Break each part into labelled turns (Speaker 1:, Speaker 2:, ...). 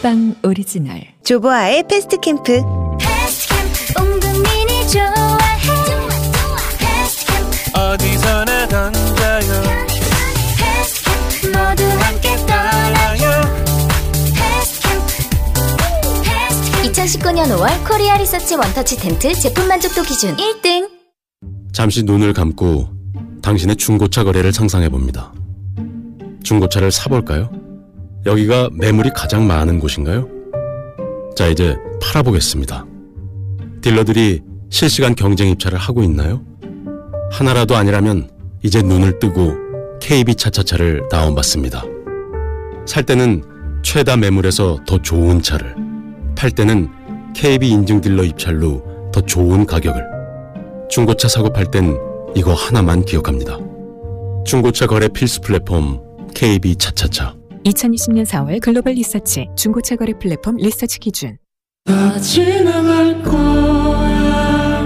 Speaker 1: 팟빵 오리지널
Speaker 2: 조보아의 패스트 캠프.
Speaker 3: 어디서나 던져요 알아요
Speaker 4: 2019년 5월 코리아 리서치 원터치 텐트 제품 만족도 기준 1등.
Speaker 5: 잠시 눈을 감고 당신의 중고차 거래를 상상해 봅니다. 중고차를 사볼까요? 여기가 매물이 가장 많은 곳인가요? 자, 이제 팔아보겠습니다. 딜러들이 실시간 경쟁 입찰을 하고 있나요? 하나라도 아니라면 이제 눈을 뜨고 KB 차차차를 다운받습니다. 살 때는 최다 매물에서 더 좋은 차를, 팔 때는 KB 인증 딜러 입찰로 더 좋은 가격을, 중고차 사고 팔 땐 이거 하나만 기억합니다. 중고차 거래 필수 플랫폼 KB 차차차.
Speaker 1: 2020년 4월 글로벌 리서치 중고차 거래 플랫폼 리서치 기준
Speaker 6: 다 지나갈 거야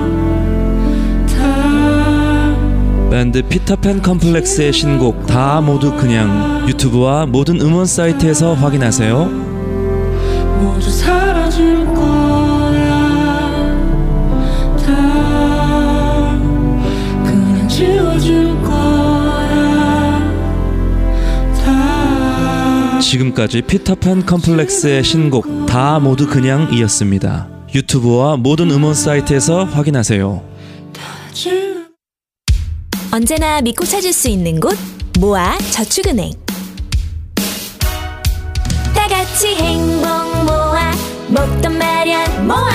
Speaker 6: 다
Speaker 7: 밴드 피터팬 컴플렉스의 신곡 다 모두 그냥 유튜브와 모든 음원 사이트에서 확인하세요.
Speaker 6: 모두 사라질 거야 다 그냥 지워질 거야 다
Speaker 7: 지금까지 피터팬 컴플렉스의 신곡 다 모두 그냥이었습니다. 유튜브와 모든 음원 사이트에서 확인하세요.
Speaker 6: 지나-
Speaker 8: 언제나 믿고 찾을 수 있는 곳 모아 저축은행 다 같이 행복 모아 먹던 마련 모아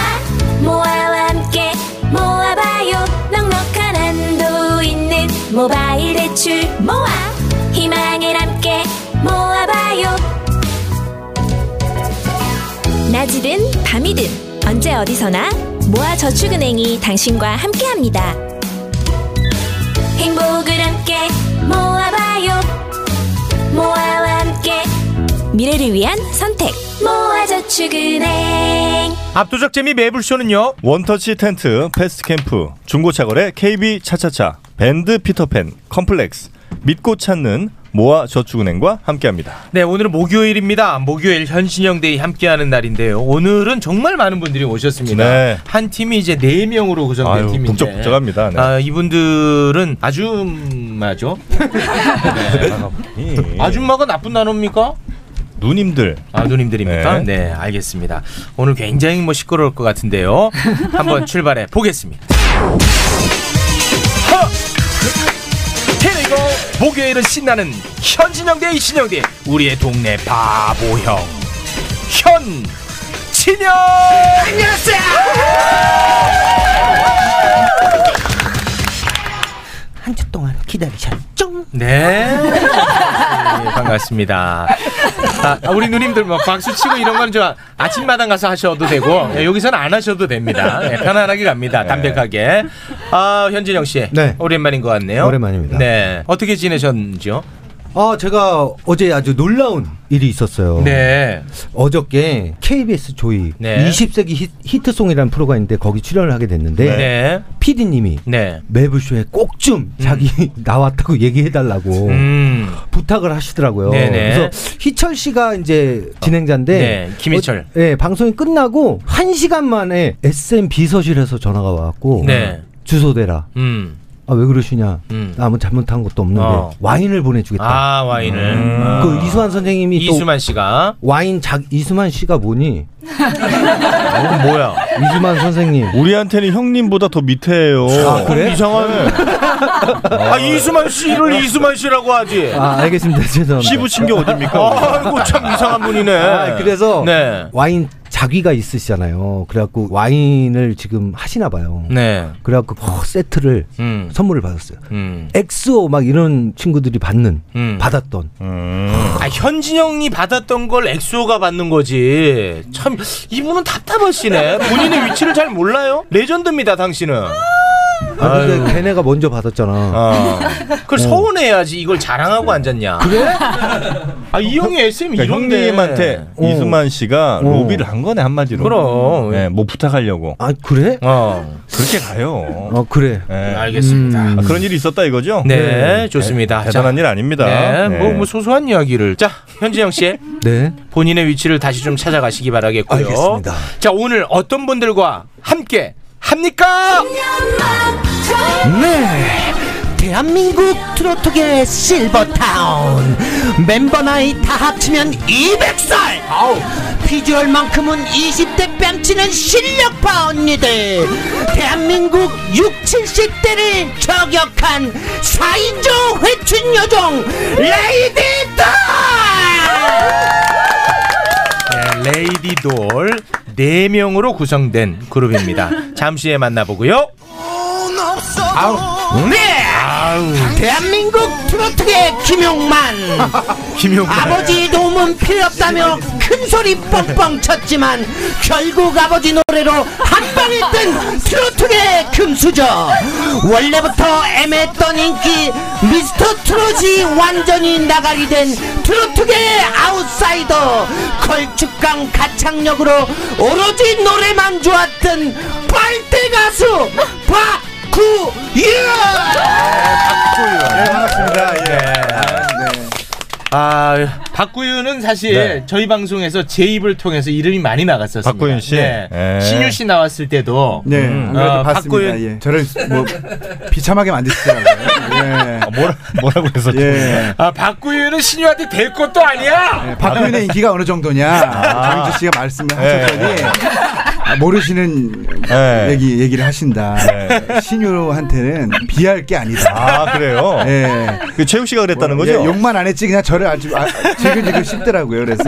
Speaker 8: 모아와 함께 모아봐요 넉넉한 한도 있는 모바일 대출 모아 희망을 함께 모아봐요 낮이든 밤이든 언제 어디서나 모아 저축은행이 당신과 함께합니다. 행복을 함께 모아봐요 모아와 함께 미래를 위한 선택 모아저축은행
Speaker 9: 압도적 재미 매불쇼는요.
Speaker 10: 원터치 텐트, 패스트 캠프, 중고차 거래, KB 차차차, 밴드 피터팬, 컴플렉스, 믿고 찾는 모아 저축은행과 함께합니다.
Speaker 9: 네, 오늘은 목요일입니다. 목요일 현신영 데이 함께하는 날인데요. 오늘은 정말 많은 분들이 오셨습니다.
Speaker 10: 네.
Speaker 9: 한 팀이 이제 네 명으로 구성된
Speaker 10: 아유,
Speaker 9: 팀인데
Speaker 10: 북적북적합니다. 네.
Speaker 9: 아, 이분들은 아줌마죠. 아줌마가 나쁜 단어입니까?
Speaker 10: 누님들
Speaker 9: 아, 누님들입니까?
Speaker 10: 네.
Speaker 9: 네. 알겠습니다. 오늘 굉장히 뭐 시끄러울 것 같은데요. 한번 출발해 보겠습니다. 하! Here we go. 목요일은 신나는 현진영 대 이신영 대 우리의 동네 바보형 현진영. 안녕하세요.
Speaker 11: 한 주 동안 기다리셨죠?
Speaker 9: 네. 네, 반갑습니다. 아, 아, 우리 누님들 뭐 박수 치고 이런 거는 저 아침마당 가서 하셔도 되고 예, 여기서는 안 하셔도 됩니다. 예, 편안하게 갑니다. 담백하게. 아 현진영 씨,
Speaker 12: 네.
Speaker 9: 오랜만인 것 같네요.
Speaker 12: 오랜만입니다.
Speaker 9: 네. 어떻게 지내셨는지요?
Speaker 12: 아, 제가 어제 아주 놀라운 일이 있었어요.
Speaker 9: 네.
Speaker 12: 어저께 KBS 조이
Speaker 9: 네.
Speaker 12: 20세기 히, 트송이라는 프로가 있는데 거기 출연을 하게 됐는데
Speaker 9: 네.
Speaker 12: PD님이
Speaker 9: 네.
Speaker 12: 매블쇼에 꼭 좀 자기 나왔다고 얘기해달라고
Speaker 9: 음.
Speaker 12: 부탁을 하시더라고요.
Speaker 9: 네네.
Speaker 12: 그래서 희철 씨가 이제 진행자인데
Speaker 9: 네, 김희철.
Speaker 12: 어, 네, 방송이 끝나고 한 시간 만에 SM 비서실에서 전화가 와갖고
Speaker 9: 네.
Speaker 12: 주소 대라.
Speaker 9: 음.
Speaker 12: 아 왜 그러시냐?
Speaker 9: 음.
Speaker 12: 나 아무 잘못한 것도 없는데
Speaker 9: 어.
Speaker 12: 와인을 보내주겠다.
Speaker 9: 아 와인을. 아.
Speaker 12: 그 이수환 선생님이
Speaker 9: 이수만 씨가.
Speaker 12: 또 와인 자 이수만 씨가 뭐니?
Speaker 9: 어, 뭐야?
Speaker 12: 이수만 선생님.
Speaker 10: 우리한테는 형님보다 더 밑에예요.
Speaker 12: 아 그래?
Speaker 10: 이상하네.
Speaker 9: 아 이수만 씨를 이수만 씨라고 하지.
Speaker 12: 네. 아 알겠습니다. 죄송합니다.
Speaker 10: 씨 붙인 게 어딥니까?
Speaker 9: 아이고 참 이상한 분이네.
Speaker 12: 아, 그래서
Speaker 9: 네.
Speaker 12: 와인 자기가 있으시잖아요. 그래갖고 와인을 지금 하시나 봐요.
Speaker 9: 네.
Speaker 12: 그래갖고 허, 세트를
Speaker 9: 음.
Speaker 12: 선물을 받았어요.
Speaker 9: 음.
Speaker 12: 엑소 막 이런 친구들이 받는
Speaker 9: 음.
Speaker 12: 받았던
Speaker 9: 아, 현진영이 받았던 걸 엑소가 받는 거지. 참 이분은 답답하시네. 본인의 위치를 잘 몰라요? 레전드입니다, 당신은.
Speaker 12: 아, 근데
Speaker 9: 아유. 어.
Speaker 12: 걔네가 먼저 받았잖아.
Speaker 10: 어.
Speaker 9: 그걸 서운해야지 이걸 자랑하고 앉았냐. 그래? 아, 이 형이 SM
Speaker 10: 그러니까
Speaker 9: 이런데.
Speaker 10: 형님한테 이수만 씨가 로비를 한 거네 한마디로.
Speaker 9: 그럼.
Speaker 10: 네, 뭐 부탁하려고.
Speaker 12: 아 그래?
Speaker 9: 어.
Speaker 10: 그렇게 가요.
Speaker 12: 어 그래.
Speaker 9: 알겠습니다.
Speaker 10: 아, 그런 일이 있었다 이거죠?
Speaker 9: 아, 음. 네, 좋습니다.
Speaker 10: 대- 대단한
Speaker 9: 자,
Speaker 10: 일 아닙니다.
Speaker 9: 네, 뭐, 뭐 소소한 이야기를. 자, 현지영 씨.
Speaker 12: 네.
Speaker 9: 본인의 위치를 다시 좀 찾아가시기 바라겠고요.
Speaker 12: 알겠습니다.
Speaker 9: 자, 오늘 어떤 분들과 함께 네, 합니까?
Speaker 11: 네. 대한민국 트로트계 실버타운 멤버 나이 다 합치면 200살 아우 비주얼만큼은 20대 뺨치는 실력파 언니들 대한민국 6, 70대를 저격한 4인조 회춘 여종 레이디들
Speaker 9: 네, 레이디돌 4명으로 구성된 그룹입니다. 잠시 후에 만나보고요. 아우.
Speaker 11: 네.
Speaker 9: 아우.
Speaker 11: 대한민국 트로트계 김용만
Speaker 9: 김용만.
Speaker 11: 아버지 도움은 필요 없다며 큰소리 뻥뻥 쳤지만 결국 아버지 노래로 한방에 뜬 트로트계 금수저 원래부터 애매했던 인기 미스터 트롯이 완전히 나가게 된 트로트계 아웃사이더 걸쭉강 가창력으로 오로지 노래만 좋았던 빨대 가수 박구윤
Speaker 3: 예,
Speaker 10: 반갑습니다.
Speaker 9: 네. 아, 박구윤은 사실
Speaker 10: 예. 네.
Speaker 9: 저희 방송에서 제 입을 통해서 이름이 많이 나갔었습니다.
Speaker 10: 박구윤 씨?
Speaker 9: 네.
Speaker 10: 예.
Speaker 9: 신유 씨 나왔을 때도
Speaker 3: 네,
Speaker 9: 음.
Speaker 3: 안 그래도
Speaker 9: 어,
Speaker 3: 봤습니다.
Speaker 9: 박구윤
Speaker 3: 예. 저를 뭐 비참하게 만드시더라고요. 예.
Speaker 10: 아, 뭐라, 뭐라고 했었죠?
Speaker 3: 예.
Speaker 9: 아, 박구윤은 신유한테 될 것도 아니야.
Speaker 3: 네, 박근혜 인기가 어느
Speaker 10: 아.
Speaker 3: 정도냐 정인주 씨가 말씀을 하셨더니
Speaker 10: 예.
Speaker 3: 아, 모르시는 얘기 얘기를 하신다. 신유한테는 비할 게 아니다.
Speaker 10: 예. 아, 그래요?
Speaker 3: 예.
Speaker 10: 그 최욱 씨가 그랬다는 거죠?
Speaker 3: 예, 욕만 안 했지 그냥 저를 아주 아, 지글지글 씹더라고요. 그래서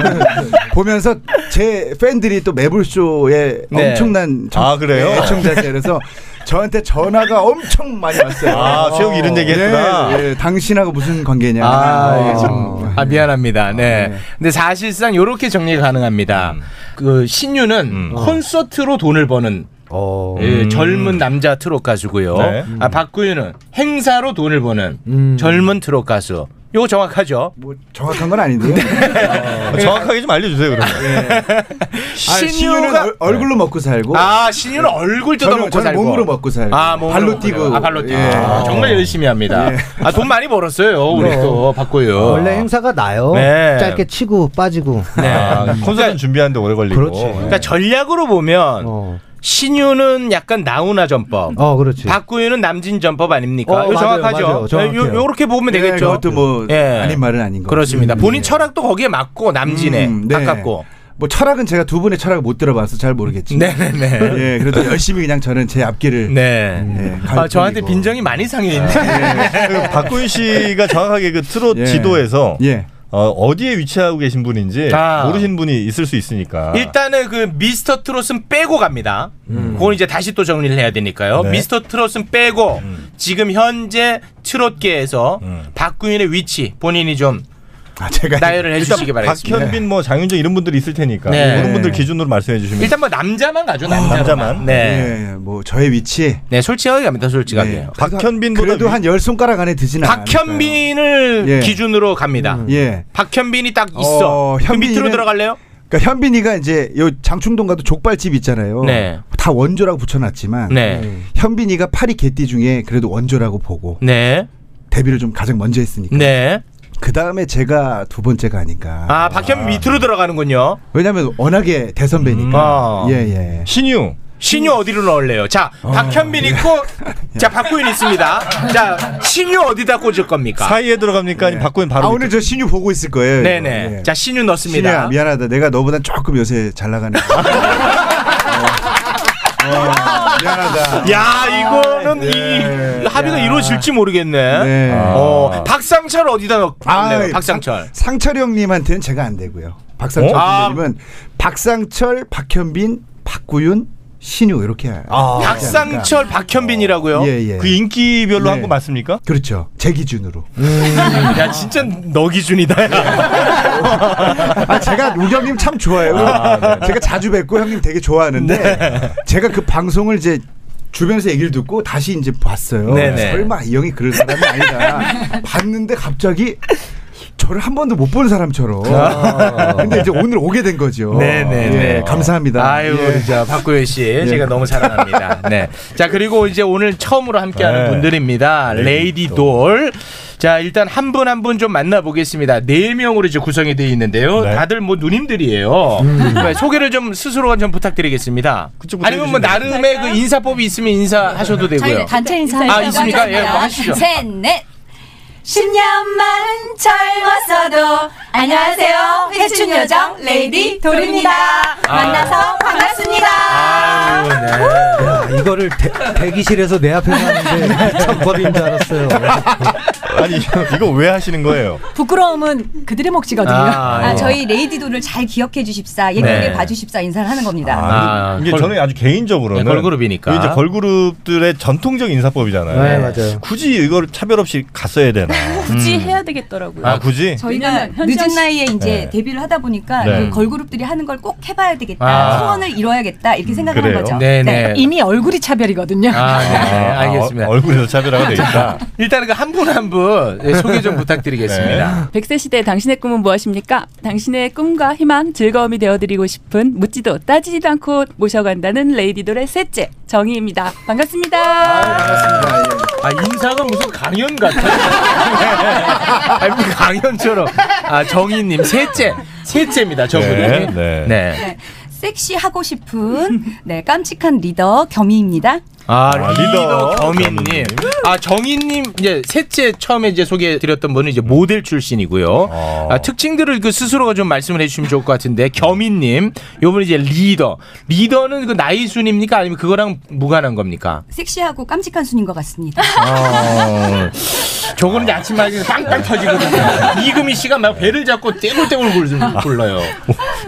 Speaker 3: 보면서 제 팬들이 또 매불쇼에
Speaker 10: 네.
Speaker 3: 엄청난 청-
Speaker 10: 아, 그래요?
Speaker 3: 예, 애청자세요. 그래서 저한테 전화가 엄청 많이 왔어요.
Speaker 10: 아, 최욱 이런 얘기 했구나.
Speaker 3: 예, 예, 당신하고 무슨 관계냐.
Speaker 9: 아,
Speaker 3: 어.
Speaker 9: 예, 좀- 아, 미안합니다. 네. 근데 사실상 이렇게 정리가 가능합니다.
Speaker 10: 음.
Speaker 9: 그 신유는 콘서트로 돈을 버는 예,
Speaker 10: 어. 음.
Speaker 9: 젊은 남자 트롯 가수고요.
Speaker 10: 네. 음.
Speaker 9: 아, 박구윤은 행사로 돈을 버는 젊은 트롯 가수. 요거 정확하죠?
Speaker 3: 뭐
Speaker 9: 네.
Speaker 3: 정확한 건 아닌데요.
Speaker 10: 어, 정확하게 좀 알려주세요, 그러면.
Speaker 9: 예.
Speaker 3: 아, 신유는
Speaker 9: 신유가-
Speaker 3: 얼, 얼굴로 먹고 살고.
Speaker 9: 아, 신유는 얼굴 뜯어
Speaker 3: 저는-
Speaker 9: 먹고
Speaker 3: 저는
Speaker 9: 살고.
Speaker 3: 몸으로 먹고
Speaker 10: 네.
Speaker 3: 살고.
Speaker 9: 아, 몸으로
Speaker 3: 발로
Speaker 9: 먹고 살고.
Speaker 3: 뛰고.
Speaker 9: 아, 발로 뛰고.
Speaker 3: 예.
Speaker 9: 아, 정말 열심히 합니다.
Speaker 3: 예.
Speaker 9: 아, 돈 많이 벌었어요. 우리
Speaker 12: 네.
Speaker 9: 또 박구윤.
Speaker 12: 원래 행사가 나요.
Speaker 9: 네.
Speaker 12: 짧게 치고 빠지고.
Speaker 9: 네.
Speaker 10: 콘서트 준비하는데 오래 걸리고.
Speaker 12: 그렇지.
Speaker 9: 그러니까 전략으로 보면 신유는 약간 나훈아 전법.
Speaker 12: 어, 그렇지.
Speaker 9: 박구윤은 남진 전법 아닙니까?
Speaker 12: 어,
Speaker 9: 이거
Speaker 12: 맞아요,
Speaker 9: 정확하죠. 네,
Speaker 12: 맞아요. 정확해요.
Speaker 9: 요, 렇게 보면
Speaker 12: 예,
Speaker 9: 되겠죠.
Speaker 3: 그것도 뭐 아닌 말은 아닌 예. 것
Speaker 9: 그렇습니다.
Speaker 3: 같아요.
Speaker 9: 본인 철학도 거기에 맞고 남진에
Speaker 3: 음, 네.
Speaker 9: 가깝고.
Speaker 3: 뭐 철학은 제가 두 분의 철학을 못 들어봐서 잘 모르겠지만.
Speaker 9: 네네네.
Speaker 3: 예, 그래도 열심히 그냥 저는 제 앞길을. 예,
Speaker 9: 네. 아, 저한테
Speaker 3: 뿐이고.
Speaker 9: 빈정이 많이 상해 있네.
Speaker 10: 그 박구윤 씨가 정확하게 그 트롯
Speaker 3: 예.
Speaker 10: 지도에서
Speaker 3: 예.
Speaker 10: 어, 어디에 위치하고 계신 분인지
Speaker 9: 아.
Speaker 10: 모르신 분이 있을 수 있으니까.
Speaker 3: 아.
Speaker 9: 일단은 그 미스터 트롯은 빼고 갑니다.
Speaker 12: 음.
Speaker 9: 음. 그건 이제 다시 또 정리를 해야 되니까요.
Speaker 10: 네.
Speaker 9: 미스터 트롯은 빼고
Speaker 12: 음.
Speaker 9: 지금 현재 트롯계에서 박구윤의 위치 본인이 좀
Speaker 3: 아,
Speaker 9: 나열을 해주시기
Speaker 10: 일단
Speaker 9: 바라겠습니다.
Speaker 10: 박현빈, 뭐 장윤정 이런 분들이 있을 테니까
Speaker 9: 네.
Speaker 10: 그런 분들 기준으로 말씀해 주시면.
Speaker 9: 일단 뭐 남자만
Speaker 12: 어,
Speaker 9: 가죠 남자만.
Speaker 10: 남자만.
Speaker 9: 네.
Speaker 3: 예, 뭐 저의 위치.
Speaker 9: 네, 솔직하게 갑니다. 솔직하게.
Speaker 10: 박현빈보다
Speaker 3: 그러니까 그래도 한 열 손가락 안에 드지는
Speaker 9: 박현빈을
Speaker 3: 예.
Speaker 9: 기준으로 갑니다.
Speaker 3: 예.
Speaker 9: 박현빈이 딱 있어.
Speaker 3: 어,
Speaker 9: 그 밑으로
Speaker 3: 현빈이는-
Speaker 9: 들어갈래요?
Speaker 3: 그러니까 현빈이가 이제 요 장충동 가도 족발집 있잖아요.
Speaker 9: 네.
Speaker 3: 다 원조라고 붙여놨지만
Speaker 9: 네.
Speaker 3: 현빈이가 파리 개띠 중에 그래도 원조라고 보고
Speaker 9: 네.
Speaker 3: 데뷔를 좀 가장 먼저 했으니까.
Speaker 9: 네.
Speaker 3: 그 다음에 제가 두 번째가 아닌가.
Speaker 9: 아, 박현빈 밑으로 들어가는군요.
Speaker 3: 왜냐하면 워낙에 대선배니까.
Speaker 9: 음.
Speaker 3: 예 예.
Speaker 10: 신유.
Speaker 9: 신유 어디로 넣을래요? 자, 박현빈 있고, 자, 박구윤 있습니다. 자, 신유 어디다 꽂을 겁니까?
Speaker 10: 사이에 들어갑니까?
Speaker 9: 그러니까
Speaker 10: 아니면 박구윤
Speaker 3: 아
Speaker 10: 바로 밑에?
Speaker 3: 오늘 저 신유 보고 있을 거예요. 이거.
Speaker 9: 네네.
Speaker 3: 예.
Speaker 9: 자, 신유 넣습니다.
Speaker 3: 신유야 미안하다. 내가 너보단 조금 요새 잘 나가네. 미안하다.
Speaker 9: 아, 야, 이거는 이 합의가 이루어질지 모르겠네.
Speaker 3: 예. 네.
Speaker 9: 어, 박상철 어디다 넣을래요?
Speaker 3: 아이,
Speaker 9: 박상철.
Speaker 3: 상철 형님한테는 제가 안 되고요. 박상철
Speaker 9: 어? 아.
Speaker 3: 선배님은 박상철, 박현빈, 박구윤, 신유 이렇게.
Speaker 10: 아.
Speaker 9: 박상철, 박현빈이라고요?
Speaker 3: 그러니까. 예, 예.
Speaker 10: 그 인기별로
Speaker 3: 네.
Speaker 10: 한 거 맞습니까?
Speaker 3: 그렇죠. 제 기준으로.
Speaker 9: 음. 야, 진짜 너 기준이다. 야.
Speaker 3: 아 제가 우경님 참
Speaker 9: 아, 네.
Speaker 3: 좋아해요. 제가 자주 뵙고 형님 되게 좋아하는데 제가 그 방송을 이제 주변에서 얘기를 듣고 다시 이제 봤어요.
Speaker 9: 네네.
Speaker 3: 설마 이 형이 그럴 사람이 아니다. 봤는데 갑자기 저를 한 번도 못 본 사람처럼. 근데 이제 오늘 오게 된 거죠.
Speaker 9: 아. 네네네.
Speaker 3: 예, 감사합니다.
Speaker 9: 아유,
Speaker 3: 예.
Speaker 9: 저 박구현 씨, 제가 너무 사랑합니다. 네. 자, 그리고 이제 오늘 처음으로 함께하는
Speaker 13: 네.
Speaker 9: 분들입니다. 레이디 돌. 자, 일단 한 분 한 분 좀 만나보겠습니다. 네 명으로 이제 구성이 되어 있는데요. 다들 뭐 누님들이에요. 네, 소개를 좀 스스로가 좀 부탁드리겠습니다. 아니면 뭐 나름의 그 인사법이 있으면 인사하셔도 되고요.
Speaker 14: 단체 인사
Speaker 9: 네,
Speaker 14: 네.
Speaker 9: 아, 있습니까? 예, 뭐 하시죠.
Speaker 14: 셋, 넷. 10년만 젊었어도 안녕하세요. 회춘 여정 레이디 돌입니다. 만나서 반갑습니다.
Speaker 12: 야, 아, 이거를 대, 대기실에서 내 앞에서 하는데 참 법인 줄 알았어요.
Speaker 10: 아니 이거 왜 하시는 거예요?
Speaker 15: 부끄러움은 그들의 몫이거든요.
Speaker 10: 아,
Speaker 15: 아,
Speaker 10: 예.
Speaker 15: 저희 레이디도를 잘 기억해 주십사, 예쁘게
Speaker 10: 네.
Speaker 15: 봐주십사 인사를 하는 겁니다.
Speaker 10: 아, 이게
Speaker 9: 걸-
Speaker 10: 저는 아주 개인적으로는
Speaker 9: 네, 걸그룹이니까.
Speaker 10: 이게 이제 걸그룹들의 전통적인 인사법이잖아요.
Speaker 9: 네, 맞아요.
Speaker 10: 굳이 이걸 차별 없이 갔어야 되나?
Speaker 16: 굳이
Speaker 10: 음.
Speaker 16: 해야 되겠더라고요.
Speaker 10: 아, 굳이?
Speaker 15: 저희가
Speaker 16: 현장
Speaker 15: 늦은
Speaker 16: 시-
Speaker 15: 나이에 이제
Speaker 10: 네.
Speaker 15: 데뷔를 하다 보니까
Speaker 10: 네.
Speaker 15: 그 걸그룹들이 하는 걸 꼭 해봐야 되겠다,
Speaker 9: 아. 음,
Speaker 15: 소원을 이뤄야겠다 이렇게 생각한
Speaker 9: 그래요?
Speaker 15: 거죠.
Speaker 9: 네네.
Speaker 14: 이미 얼굴이 차별이거든요.
Speaker 9: 아, 네, 네,
Speaker 10: 아,
Speaker 9: 알겠습니다.
Speaker 10: 어, 얼굴에서 차별화가 되겠다.
Speaker 9: 일단 은그 한 분 한 분 소개 좀 부탁드리겠습니다.
Speaker 16: 100세 시대 당신의 꿈은 무엇입니까? 당신의 꿈과 희망, 즐거움이 되어드리고 싶은 묻지도 따지지도 않고 모셔간다는 레이디돌의 셋째 정희입니다. 반갑습니다.
Speaker 9: 아 인사가 무슨 강연 같아. 아니 강연처럼. 아 정희님 셋째 셋째입니다. 저분이.
Speaker 10: 네,
Speaker 9: 네.
Speaker 15: 네. 섹시하고 싶은 네 깜찍한 리더 겸이입니다.
Speaker 9: 아,
Speaker 10: 아,
Speaker 9: 리더
Speaker 10: 리더
Speaker 9: 경민님. 아 정희님 이제 셋째 처음에 이제 소개드렸던 분은 이제 모델 출신이고요. 아, 특징들을 그 스스로가 좀 말씀을 해주시면 좋을 것 같은데 경민님, 요분 이제 리더. 리더는 그 나이 순입니까 아니면 그거랑 무관한 겁니까?
Speaker 15: 섹시하고 깜찍한 순인 것 같습니다.
Speaker 9: 아, 어, 저거는 아침 마이 빵빵 터지거든요. 이금희 씨가 막 배를 잡고 떼굴떼굴 굴- 굴러요.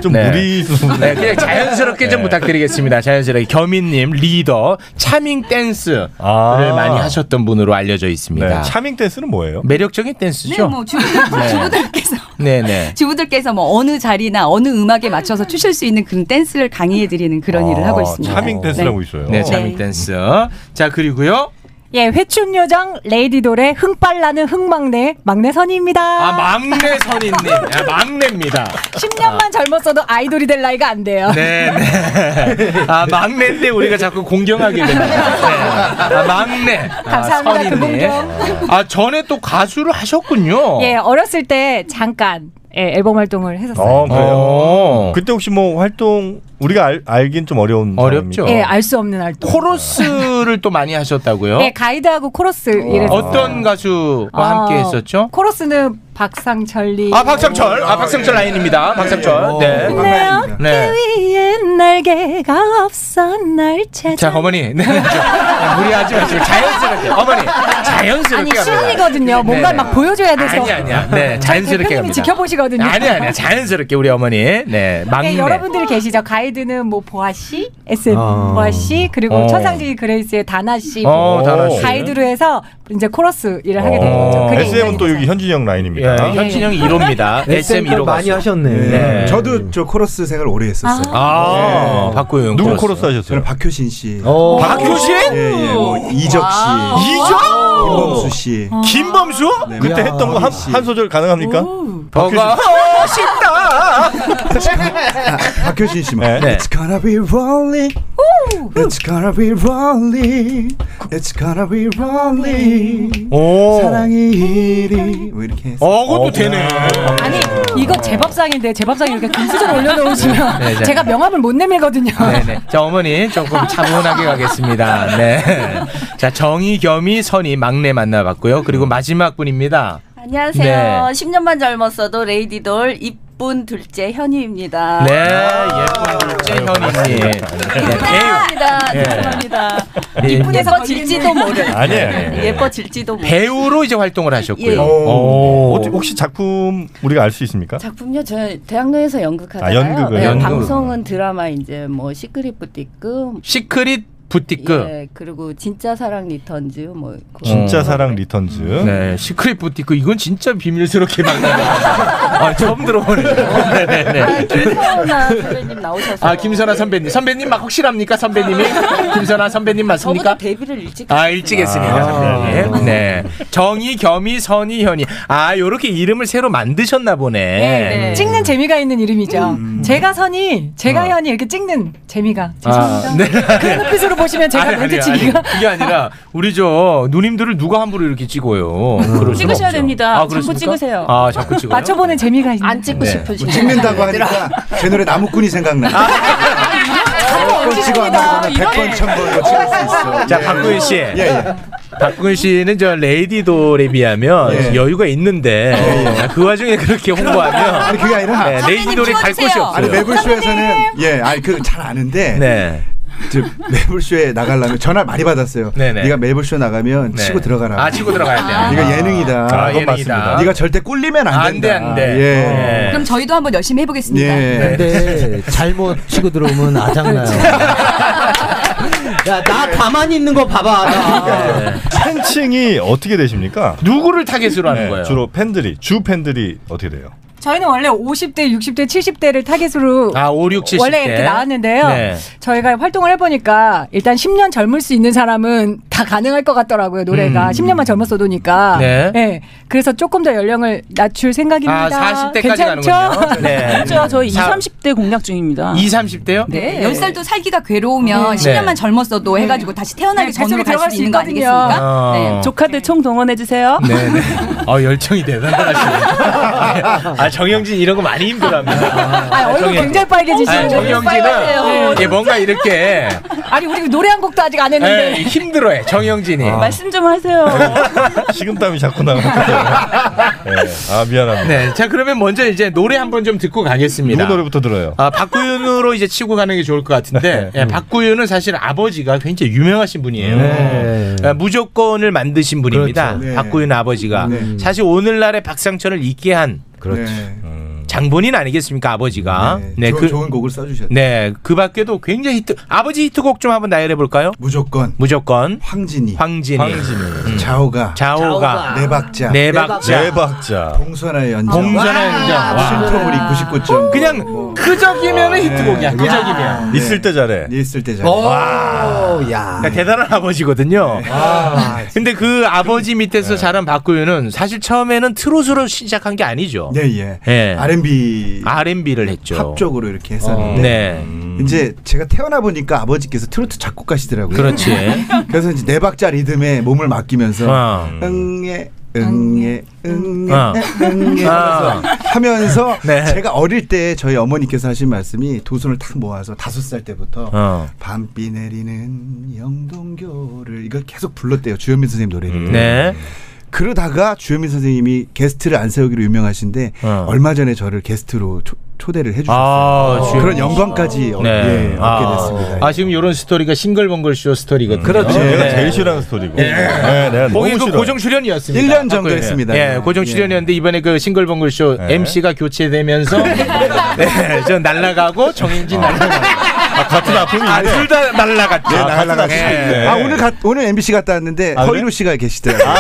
Speaker 10: 좀
Speaker 9: 네.
Speaker 10: 무리수는.
Speaker 9: 네, 그냥 자연스럽게 좀
Speaker 10: 네.
Speaker 9: 부탁드리겠습니다. 자연스럽게 겸인님 리더 차밍 댄스를 많이 하셨던 분으로 알려져 있습니다.
Speaker 10: 아. 네, 차밍 댄스는 뭐예요?
Speaker 9: 매력적인 댄스죠.
Speaker 15: 네, 뭐 주부들,
Speaker 9: 네.
Speaker 15: 주부들께서
Speaker 9: 네, 네.
Speaker 15: 주부들께서 뭐 어느 자리나 어느 음악에 맞춰서 추실 수 있는 그런 댄스를 강의해 드리는 그런 일을
Speaker 9: 아,
Speaker 10: 아,
Speaker 15: 하고 있습니다. 네.
Speaker 9: 네, 차밍 댄스. 자 그리고요.
Speaker 17: 예, 회춘 요정 레이디 돌의 흥빨나는 흥막내 막내 선입니다.
Speaker 9: 아 막내 선인님, 아, 막내입니다.
Speaker 17: 10년만 젊었어도 아이돌이 될 나이가 안 돼요.
Speaker 9: 네, 네. 아, 막내인데 우리가 자꾸 공경하게 됩니다. 네. 아, 막내. 아,
Speaker 17: 감사합니다, 그
Speaker 9: 선인네. 아, 전에 또 가수를 아, 하셨군요.
Speaker 17: 예, 어렸을 때 잠깐 예, 앨범 활동을 했었어요.
Speaker 10: 어, 그래요. 그때 혹시 뭐 활동 우리가 알, 알긴 좀 어려운
Speaker 9: 어렵죠.
Speaker 17: 예, 알 수 없는 활동.
Speaker 16: 예,
Speaker 9: 코러스를 또 많이 하셨다고요?
Speaker 17: 예, 가이드하고 코러스 일했어요.
Speaker 9: 어떤 가수와
Speaker 17: 아,
Speaker 9: 함께 했었죠?
Speaker 17: 코러스는 박상철님.
Speaker 9: 아, 박상철. 아, 박상철 라인입니다. 박상철. 네.
Speaker 17: 내 어깨
Speaker 9: 네.
Speaker 17: 위에 날개가 없어 날 찾아.
Speaker 9: 자, 어머니. 네. 무리하지 마시고 자연스럽게. 어머니. 자연스럽게
Speaker 17: 아니
Speaker 9: 합니다.
Speaker 17: 시험이거든요. 뭔가
Speaker 9: 네, 네.
Speaker 17: 막 보여줘야 돼서.
Speaker 9: 아니 아니야. 네, 자연스럽게
Speaker 17: 대표님이
Speaker 9: 합니다.
Speaker 17: 지켜보시거든요.
Speaker 9: 아니 아니야. 자연스럽게 우리 어머니. 네. 막내.
Speaker 17: 네, 여러분들이 계시죠. 가이드는 뭐 보아 씨, SM
Speaker 9: 아.
Speaker 17: 보아 씨, 그리고
Speaker 9: 어.
Speaker 17: 천상지 그레이스의 다나 씨,
Speaker 10: 어,
Speaker 17: 뭐
Speaker 10: 다나 씨.
Speaker 17: 가이드로 해서 이제 코러스 일을 하게 된 거죠. 그게
Speaker 10: SM은 어, 또 여기 현진이 형 라인입니다.
Speaker 9: 예, 현진이 형이 1호입니다. SM 1호 가수. 네.
Speaker 3: 저도 저 코러스 생활 오래 했었어요. 네.
Speaker 9: 아, 박구영
Speaker 10: 누구
Speaker 9: 코러스.
Speaker 10: 코러스 하셨어요?
Speaker 3: 저는 박효신 씨.
Speaker 9: 아. 박효신?
Speaker 3: 예, 예. 뭐 이적 씨.
Speaker 9: 이적?
Speaker 3: 김범수 씨.
Speaker 9: 아. 김범수?
Speaker 10: 네. 그때 했던 거 한 소절 가능합니까?
Speaker 9: 버거.
Speaker 6: 어, 쉽다.
Speaker 3: 박효신 씨. 네.
Speaker 10: 네.
Speaker 3: It's gonna be rolling. It's gonna be rolling. It's gonna be rolling.
Speaker 9: 오.
Speaker 3: 사랑이 일이. 뭐 이렇게 해서.
Speaker 9: 어, 그것도 되네.
Speaker 17: 아니 이거 제밥상인데 제밥상에 이렇게 금수저 올려놓으시면
Speaker 9: 어. 네, 네.
Speaker 17: 제가 명함을 못 내밀거든요.
Speaker 9: 네네. 자 어머니 조금 차분하게 가겠습니다. 네. 자 정이 겸이 선이 막내 만나봤고요. 그리고 마지막 분입니다.
Speaker 18: 안녕하세요.
Speaker 9: 네.
Speaker 18: 10년만 젊었어도 레이디돌 이쁜 둘째 현유입니다.
Speaker 9: 네
Speaker 18: 아.
Speaker 9: 예쁜 둘째 현이님.
Speaker 18: 네, 감사합니다.
Speaker 9: 예.
Speaker 18: 죄송합니다.
Speaker 9: 예.
Speaker 18: 예뻐질지도 모를.
Speaker 9: 아니에요,
Speaker 17: 네.
Speaker 9: 아니에요.
Speaker 18: 예뻐질지도 모를.
Speaker 9: 배우로 이제 활동을 하셨고요.
Speaker 18: 예.
Speaker 10: 네. 오. 어째- 혹시 작품 우리가 알 수 있습니까?
Speaker 18: 작품요? 저 대학로에서 연극하잖아요.
Speaker 10: 아, 연극을.
Speaker 18: 네,
Speaker 10: 연극.
Speaker 18: 방송은 드라마 이제 뭐 시크릿 부티크
Speaker 9: 시크릿 네. 부티크.
Speaker 18: 예, 그리고 진짜 사랑 리턴즈 뭐 그거.
Speaker 10: 진짜 사랑 리턴즈.
Speaker 9: 네, 시크릿 부티크 이건 진짜 비밀스럽게 막나. 아, 처음 들어보네요. 네네네.
Speaker 18: 김선아 선배님 나오셔서
Speaker 9: 아 김선아 선배님, 선배님 막 확실합니까 선배님이? 김선아 선배님 맞습니까?
Speaker 18: 저보다 데뷔를 일찍
Speaker 9: 아 일찍 했으니까
Speaker 18: 아.
Speaker 9: 선배님. 네, 정이, 겸이, 선이, 현이. 아 요렇게 이름을 새로 만드셨나 보네.
Speaker 17: 네. 찍는 재미가 있는 이름이죠. 제가 선이,
Speaker 9: 어.
Speaker 17: 제가 현이 이렇게 찍는 재미가. 죄송합니다.
Speaker 9: 아, 네.
Speaker 17: 그런 눈빛으로 보시면 제가 멘트
Speaker 9: 아니,
Speaker 17: 치기가.
Speaker 9: 그게 아니라 우리 저 누님들을 누가 함부로 이렇게 찍어요.
Speaker 17: 음.
Speaker 9: 그럴 수는
Speaker 16: 찍으셔야
Speaker 9: 없죠.
Speaker 16: 됩니다.
Speaker 9: 아,
Speaker 16: 자꾸
Speaker 9: 그렇습니까?
Speaker 16: 찍으세요.
Speaker 9: 아 자꾸 찍어요.
Speaker 17: 맞춰보는 재미가 있는. 안
Speaker 9: 찍고 네. 싶으신
Speaker 3: 뭐 찍는다고 하니까 제 노래 나무꾼이
Speaker 9: 아,
Speaker 3: 생각나.
Speaker 17: 번
Speaker 3: 찍어 안 나가면 100번, 1000번 아, 이거 찍을 수 있어.
Speaker 9: 자
Speaker 3: 예.
Speaker 9: 박구윤 씨.
Speaker 3: 예, 예.
Speaker 9: 박구윤 씨는 저 레이디돌에 비하면 여유가 있는데 그 와중에 그렇게 홍보하면
Speaker 3: 아니 예. 어. 그게 아니라
Speaker 9: 네, 레이디돌에 갈 곳이 없어요.
Speaker 3: 아니 매불쇼에서는 예, 아니 그 잘 아는데.
Speaker 9: 네.
Speaker 3: 저 매불쇼에 나가려면 전화 를 많이 받았어요.
Speaker 9: 네네.
Speaker 3: 네가 매불쇼 나가면
Speaker 9: 네.
Speaker 3: 치고 들어가라.
Speaker 9: 아, 치고 들어가야 돼요.
Speaker 3: 네가
Speaker 9: 아.
Speaker 3: 예능이다.
Speaker 9: 아,
Speaker 3: 그건
Speaker 9: 예능이다.
Speaker 3: 맞습니다. 네가 절대 꿀리면 안
Speaker 9: 안 돼,
Speaker 3: 된다.
Speaker 9: 안 돼.
Speaker 3: 예.
Speaker 9: 네.
Speaker 15: 그럼 저희도 한번 열심히 해보겠습니다. 네.
Speaker 12: 근데 잘못 치고 들어오면 아장나요.
Speaker 11: 야 나 가만히 있는 거 봐봐. 나.
Speaker 10: 팬층이 어떻게 되십니까?
Speaker 9: 네.
Speaker 10: 네,
Speaker 9: 누구를 타겟으로 하는 거예요?
Speaker 10: 주로 팬들이 주 팬들이 어떻게 돼요?
Speaker 17: 저희는 원래 50대, 60대, 70대를 타겟으로
Speaker 9: 아, 5, 6, 70대.
Speaker 17: 원래 이렇게 나왔는데요.
Speaker 9: 네.
Speaker 17: 저희가 활동을 해보니까 일단 10년 젊을 수 있는 사람은 다 가능할 것 같더라고요, 노래가. 10년만 젊었어도니까.
Speaker 9: 음. 네.
Speaker 17: 그래서 조금 더 연령을 낮출 생각입니다.
Speaker 9: 아, 40대까지
Speaker 17: 괜찮죠?
Speaker 9: 가는군요. 네.
Speaker 16: 그렇죠. 저희 20,
Speaker 9: 사-
Speaker 16: 30대 공략 중입니다.
Speaker 9: 20, 30대요?
Speaker 16: 네.
Speaker 15: 열 10살도 살기가 괴로우면
Speaker 9: 네.
Speaker 15: 10년만 젊었어도 해가지고 다시 태어나기
Speaker 16: 네,
Speaker 15: 전으로
Speaker 16: 뱃속에
Speaker 15: 갈
Speaker 16: 들어갈
Speaker 15: 수
Speaker 16: 수
Speaker 15: 있는 거
Speaker 16: 있거든요.
Speaker 15: 아니겠습니까?
Speaker 9: 어.
Speaker 15: 네.
Speaker 16: 조카들 총 동원해 주세요.
Speaker 9: 네. 네. 아, 열정이 대단하시네요. 아, 정영진 이런 거 많이 힘들어합니다.
Speaker 17: 아, 얼굴
Speaker 9: 정영-
Speaker 17: 굉장히 빨개지시죠?
Speaker 9: 아니,
Speaker 17: 빨개요.
Speaker 9: 정영진은 이게 뭔가 이렇게
Speaker 17: 아니, 우리 노래 한 곡도 아직 안 했는데. 네,
Speaker 9: 에, 힘들어해, 정영진이.
Speaker 17: 아.
Speaker 9: 예.
Speaker 16: 말씀 좀 하세요.
Speaker 10: 식은땀이 자꾸 나오는데. 아 미안합니다.
Speaker 9: 네, 자 그러면 먼저 이제 노래 한번 좀 듣고 가겠습니다.
Speaker 10: 누구 노래부터 들어요? 음.
Speaker 9: 아 박구윤으로 이제 치고 가는 게 좋을 것 같은데 예, 박구윤은 사실 아버지가 굉장히 유명하신 분이에요.
Speaker 10: 네.
Speaker 9: 예, 무조건을 만드신 분입니다.
Speaker 10: 그렇죠. 네.
Speaker 9: 박구윤 아버지가 사실 오늘날의 박상철을 있게 한
Speaker 3: 그렇죠.
Speaker 9: 장본인 아니겠습니까 아버지가. 네,
Speaker 3: 좋은,
Speaker 9: 그-
Speaker 3: 좋은 곡을 써주셨죠.
Speaker 9: 네, 그 밖에도 굉장히 히트 아버지 히트곡 좀 한번 나열해 볼까요?
Speaker 3: 무조건.
Speaker 9: 무조건.
Speaker 3: 황진이.
Speaker 9: 황진이. 음.
Speaker 3: 황진이. 자오가.
Speaker 9: 자오가.
Speaker 3: 네 박자.
Speaker 9: 네 박자.
Speaker 10: 네 박자.
Speaker 3: 봉선의 연장.
Speaker 9: 봉선의 연장. 와.
Speaker 3: 신토불이 99점.
Speaker 9: 그냥 그적이면 은 히트곡이야.
Speaker 3: 뭐. 네. 야. 네.
Speaker 9: 그적이면.
Speaker 10: 있을 때 잘해.
Speaker 3: 있을 때 잘해.
Speaker 9: 와. 그러니까 대단한 아버지거든요.
Speaker 3: 네.
Speaker 9: 근데 그 아버지 밑에서 자란 박구윤은 사실 처음에는 트로트로 시작한 게 아니죠.
Speaker 3: 네, 예.
Speaker 9: 예.
Speaker 3: R&B
Speaker 9: R&B를 했죠.
Speaker 3: 합쪽으로 이렇게 했었는데
Speaker 9: 어. 네.
Speaker 3: 이제 제가 태어나 보니까 아버지께서 트로트 작곡가시더라고요.
Speaker 9: 그렇지.
Speaker 3: 그래서 이제 네 박자 리듬에 몸을 맡기면서
Speaker 9: 어.
Speaker 3: 응예 응예 응예
Speaker 9: 어.
Speaker 6: 아.
Speaker 3: 응예
Speaker 9: 아.
Speaker 10: 어.
Speaker 3: 하면서
Speaker 9: 네.
Speaker 3: 제가 어릴 때 저희 어머니께서 하신 말씀이 두 손을 탁 모아서 다섯 살 때부터
Speaker 9: 어.
Speaker 3: 밤비 내리는 영동교를 이걸 계속 불렀대요 주현민 선생님 노래를.
Speaker 9: 네.
Speaker 3: 그러다가 주현민 선생님이 게스트를 안 세우기로 유명하신데 얼마 전에 저를 게스트로 초, 초대를
Speaker 9: 아,
Speaker 3: 해주셨어요.
Speaker 9: 주현민
Speaker 3: 그런
Speaker 9: 씨.
Speaker 3: 영광까지 어, 예, 얻게 됐습니다.
Speaker 9: 아, 지금 이런 스토리가 싱글벙글 쇼 스토리거든요. 네.
Speaker 10: 그렇죠. 내가 제일 싫어하는 스토리고. 네, 내가 너무
Speaker 9: 거기 그
Speaker 10: 싫어.
Speaker 9: 예. 고정 출연이었습니다.
Speaker 3: 일년 정도
Speaker 9: 박근혜.
Speaker 3: 했습니다.
Speaker 9: 예, 고정
Speaker 3: 예.
Speaker 9: 출연이었는데 이번에 그 싱글벙글 쇼
Speaker 10: 예.
Speaker 9: MC가 교체되면서 네, 저 날라가고 정인진 날라가.
Speaker 10: 같은 아. 아픔이
Speaker 9: 아, 둘 다 날라갔죠. 예.
Speaker 10: 아, 같은 아픔이 있네.
Speaker 3: 네, 아 오늘 가, 오늘 MBC 갔다 왔는데
Speaker 10: 아, 그래?
Speaker 3: 허인우 씨가 계시더라고요.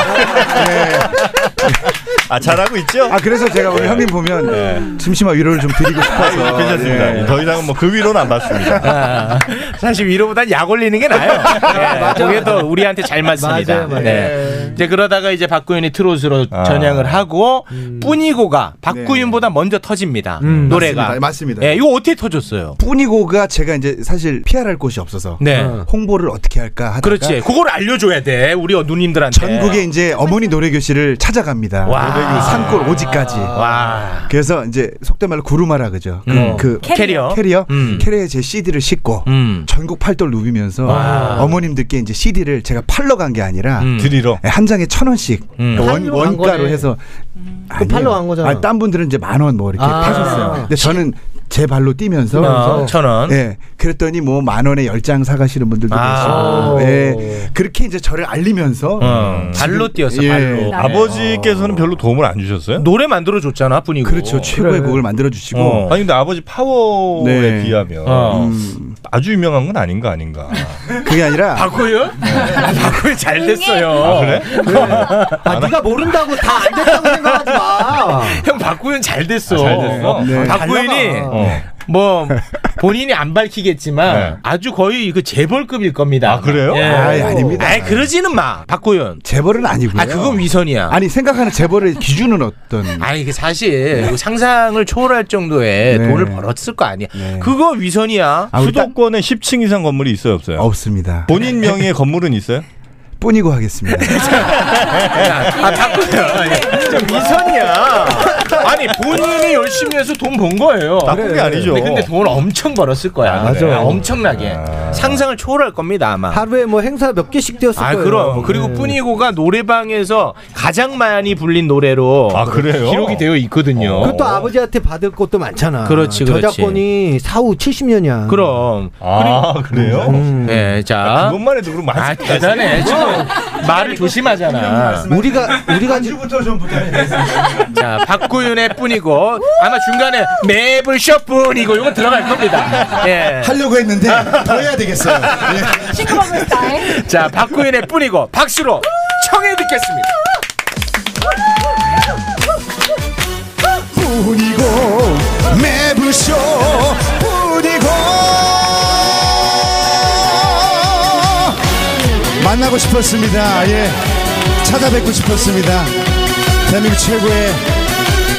Speaker 10: 아 잘하고 있죠?
Speaker 3: 아 그래서 제가 오늘 형님 보면 네. 심심한 위로를 좀 드리고 싶어서
Speaker 10: 괜찮습니다.
Speaker 3: 예.
Speaker 10: 더 이상은 뭐 그 위로는 안 받습니다.
Speaker 9: 네. 아, 사실 위로보단 약 올리는 게 나아요. 예, 그게 더 우리한테 잘 맞습니다.
Speaker 10: 맞아요, 아. 맞아요.
Speaker 9: 네. 이제 그러다가 이제 박구윤이 트롯으로 전향을 하고
Speaker 10: 음. 네.
Speaker 9: 뿌니고가 박구윤보다 먼저 터집니다. 노래가
Speaker 3: 맞습니다. 맞습니다.
Speaker 9: 예, 이거 어떻게 터졌어요?
Speaker 3: 뿌니고가 제가 이제 사실 PR할 곳이 없어서
Speaker 9: 네.
Speaker 3: 홍보를 어떻게 할까 하다가
Speaker 9: 그렇지. 그걸 알려줘야 돼. 우리 누님들한테.
Speaker 3: 전국에 이제 어머니 노래 교실을 찾아갑니다.
Speaker 9: 와.
Speaker 3: 노래교실 산골 오지까지.
Speaker 9: 와.
Speaker 3: 그래서 이제 속된 말로 구루마라 그죠. 그-
Speaker 9: 음.
Speaker 3: 그
Speaker 9: 캐리어.
Speaker 3: 캐리어
Speaker 9: 음.
Speaker 3: 캐리어에 제 CD를 싣고
Speaker 9: 음.
Speaker 3: 전국 팔도를 누비면서
Speaker 9: 와.
Speaker 3: 어머님들께 이제 CD를 제가 팔러 간 게 아니라
Speaker 9: 음.
Speaker 10: 드리러.
Speaker 3: 네, 한 장에 천 원씩
Speaker 9: 음.
Speaker 3: 원,
Speaker 12: 팔러 간
Speaker 3: 원가로
Speaker 12: 거네.
Speaker 3: 해서
Speaker 12: 음. 팔러 간 거잖아.
Speaker 3: 아니, 딴 분들은 이제 만 원 뭐 이렇게
Speaker 12: 아.
Speaker 3: 파셨어요. 근데 저는 제 발로 뛰면서
Speaker 9: 어, 천 원.
Speaker 3: 예, 그랬더니 뭐 만 원에 열 장 사가시는 분들도
Speaker 9: 아.
Speaker 3: 계시고, 예, 그렇게 이제 저를 알리면서
Speaker 9: 어, 발로 뛰었어,
Speaker 3: 예.
Speaker 9: 발로.
Speaker 10: 음. 예.
Speaker 9: 네. 어.
Speaker 10: 아버지께서는 별로 도움을 안 주셨어요?
Speaker 9: 노래 만들어 줬잖아 분위기.
Speaker 3: 그렇죠. 최고의 곡을 만들어 주시고.
Speaker 10: 어. 아니 근데 아버지 파워에
Speaker 3: 네.
Speaker 10: 비하면
Speaker 3: 어.
Speaker 10: 아주 유명한 건 아닌 거 아닌가?
Speaker 3: 그게 아니라
Speaker 9: 박호요? 박호요 잘 됐어요.
Speaker 10: 네. 아, 그래?
Speaker 9: 아,
Speaker 11: 네가 모른다고 다 안 됐다고 생각하지 마.
Speaker 9: 형 박구윤 잘 됐어.
Speaker 10: 아, 잘 됐어? 네.
Speaker 9: 박구윤이
Speaker 10: 어.
Speaker 9: 뭐 본인이 안 밝히겠지만
Speaker 10: 네.
Speaker 9: 아주 거의 그 재벌급일 겁니다. 아
Speaker 10: 그래요? 아이, 아닙니다.
Speaker 9: 아이 그러지는 마. 박구윤.
Speaker 3: 재벌은 아니고요.
Speaker 9: 아 그건 위선이야.
Speaker 3: 아니 생각하는 재벌의 기준은 어떤?
Speaker 9: 아니 그 사실 상상을 초월할 정도의
Speaker 10: 네.
Speaker 9: 돈을 벌었을 거 아니야. 그거 위선이야.
Speaker 10: 수도권에 10층 이상 건물이 있어요 없어요?
Speaker 3: 아, 없습니다.
Speaker 10: 본인 명의의 건물은 있어요?
Speaker 3: 뿐이고 하겠습니다.
Speaker 9: 아 박구윤.
Speaker 10: 예.
Speaker 9: 진짜 위선이야. 아니 본인이 열심히 해서 돈 번 거예요. 네,
Speaker 10: 나쁜 게 아니죠.
Speaker 9: 근데, 근데 돈을 엄청 벌었을 거야.
Speaker 10: 맞아. 아.
Speaker 9: 그래. 엄청나게. 상상을 초월할 겁니다 아마.
Speaker 12: 하루에 뭐 행사 몇 개씩 뛰었을
Speaker 9: 아
Speaker 12: 거예요.
Speaker 10: 음.
Speaker 9: 그럼
Speaker 12: 네.
Speaker 9: 그리고 뿌니고가 노래방에서 가장 많이 불린 노래로
Speaker 10: 아, 그래요?
Speaker 9: 기록이 되어 있거든요.
Speaker 12: 그것도 아버지한테 받을 것도 많잖아.
Speaker 9: 그렇지, 그렇지.
Speaker 12: 저작권이 사후 70년이야.
Speaker 9: 그럼
Speaker 10: 아 그래요?
Speaker 9: 네, 자
Speaker 10: 그것만 해도 그럼
Speaker 9: 아,
Speaker 10: 맛있다.
Speaker 9: 대단해. 지금
Speaker 10: 그
Speaker 9: 말을 조심하잖아.
Speaker 12: 우리가 우리가 지금
Speaker 3: 부터 좀
Speaker 9: 자, 박구윤의 뿐이고 아마 중간에 매블쇼 뿐이고 이거 들어갈 겁니다. 예.
Speaker 3: 하려고 했는데 더 해야 되겠어요.
Speaker 9: 아.
Speaker 3: 예.
Speaker 14: 시끄러운 스타일.
Speaker 9: 자, 박구윤의 뿐이고 박수로 청해 듣겠습니다.
Speaker 6: 뿐이고 매부쇼 뿐이고
Speaker 13: 만나고 싶었습니다. 예. 찾아뵙고 싶었습니다. 대한민국 최고의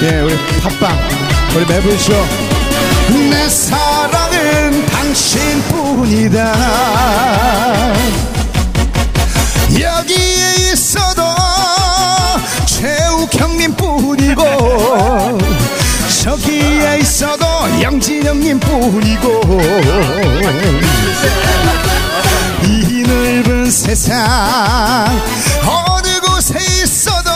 Speaker 13: 예, 우리 팟빵 우리 매블쇼
Speaker 6: 내 사랑은 당신뿐이다 여기에 있어도 최욱형님뿐이고 저기에 있어도 영진형님뿐이고 이 넓은 세상 어느 곳에 있어도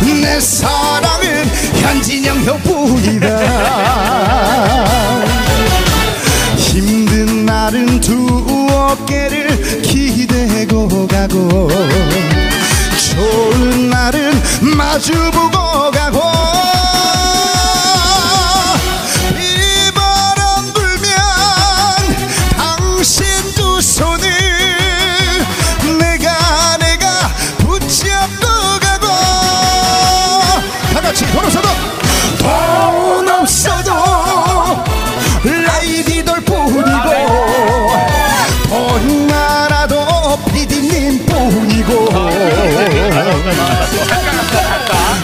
Speaker 6: 내 사랑은 현진영 형뿐이다 힘든 날은 두 어깨를 기대고 가고 좋은 날은 마주보고 가고 비바람 불면 당신 두 손을 내가 내가 붙잡고 가고 다 같이 돈 없어도 돈 없어도 라이디돌 뿐이고 돈 많아도 피디님 뿐이고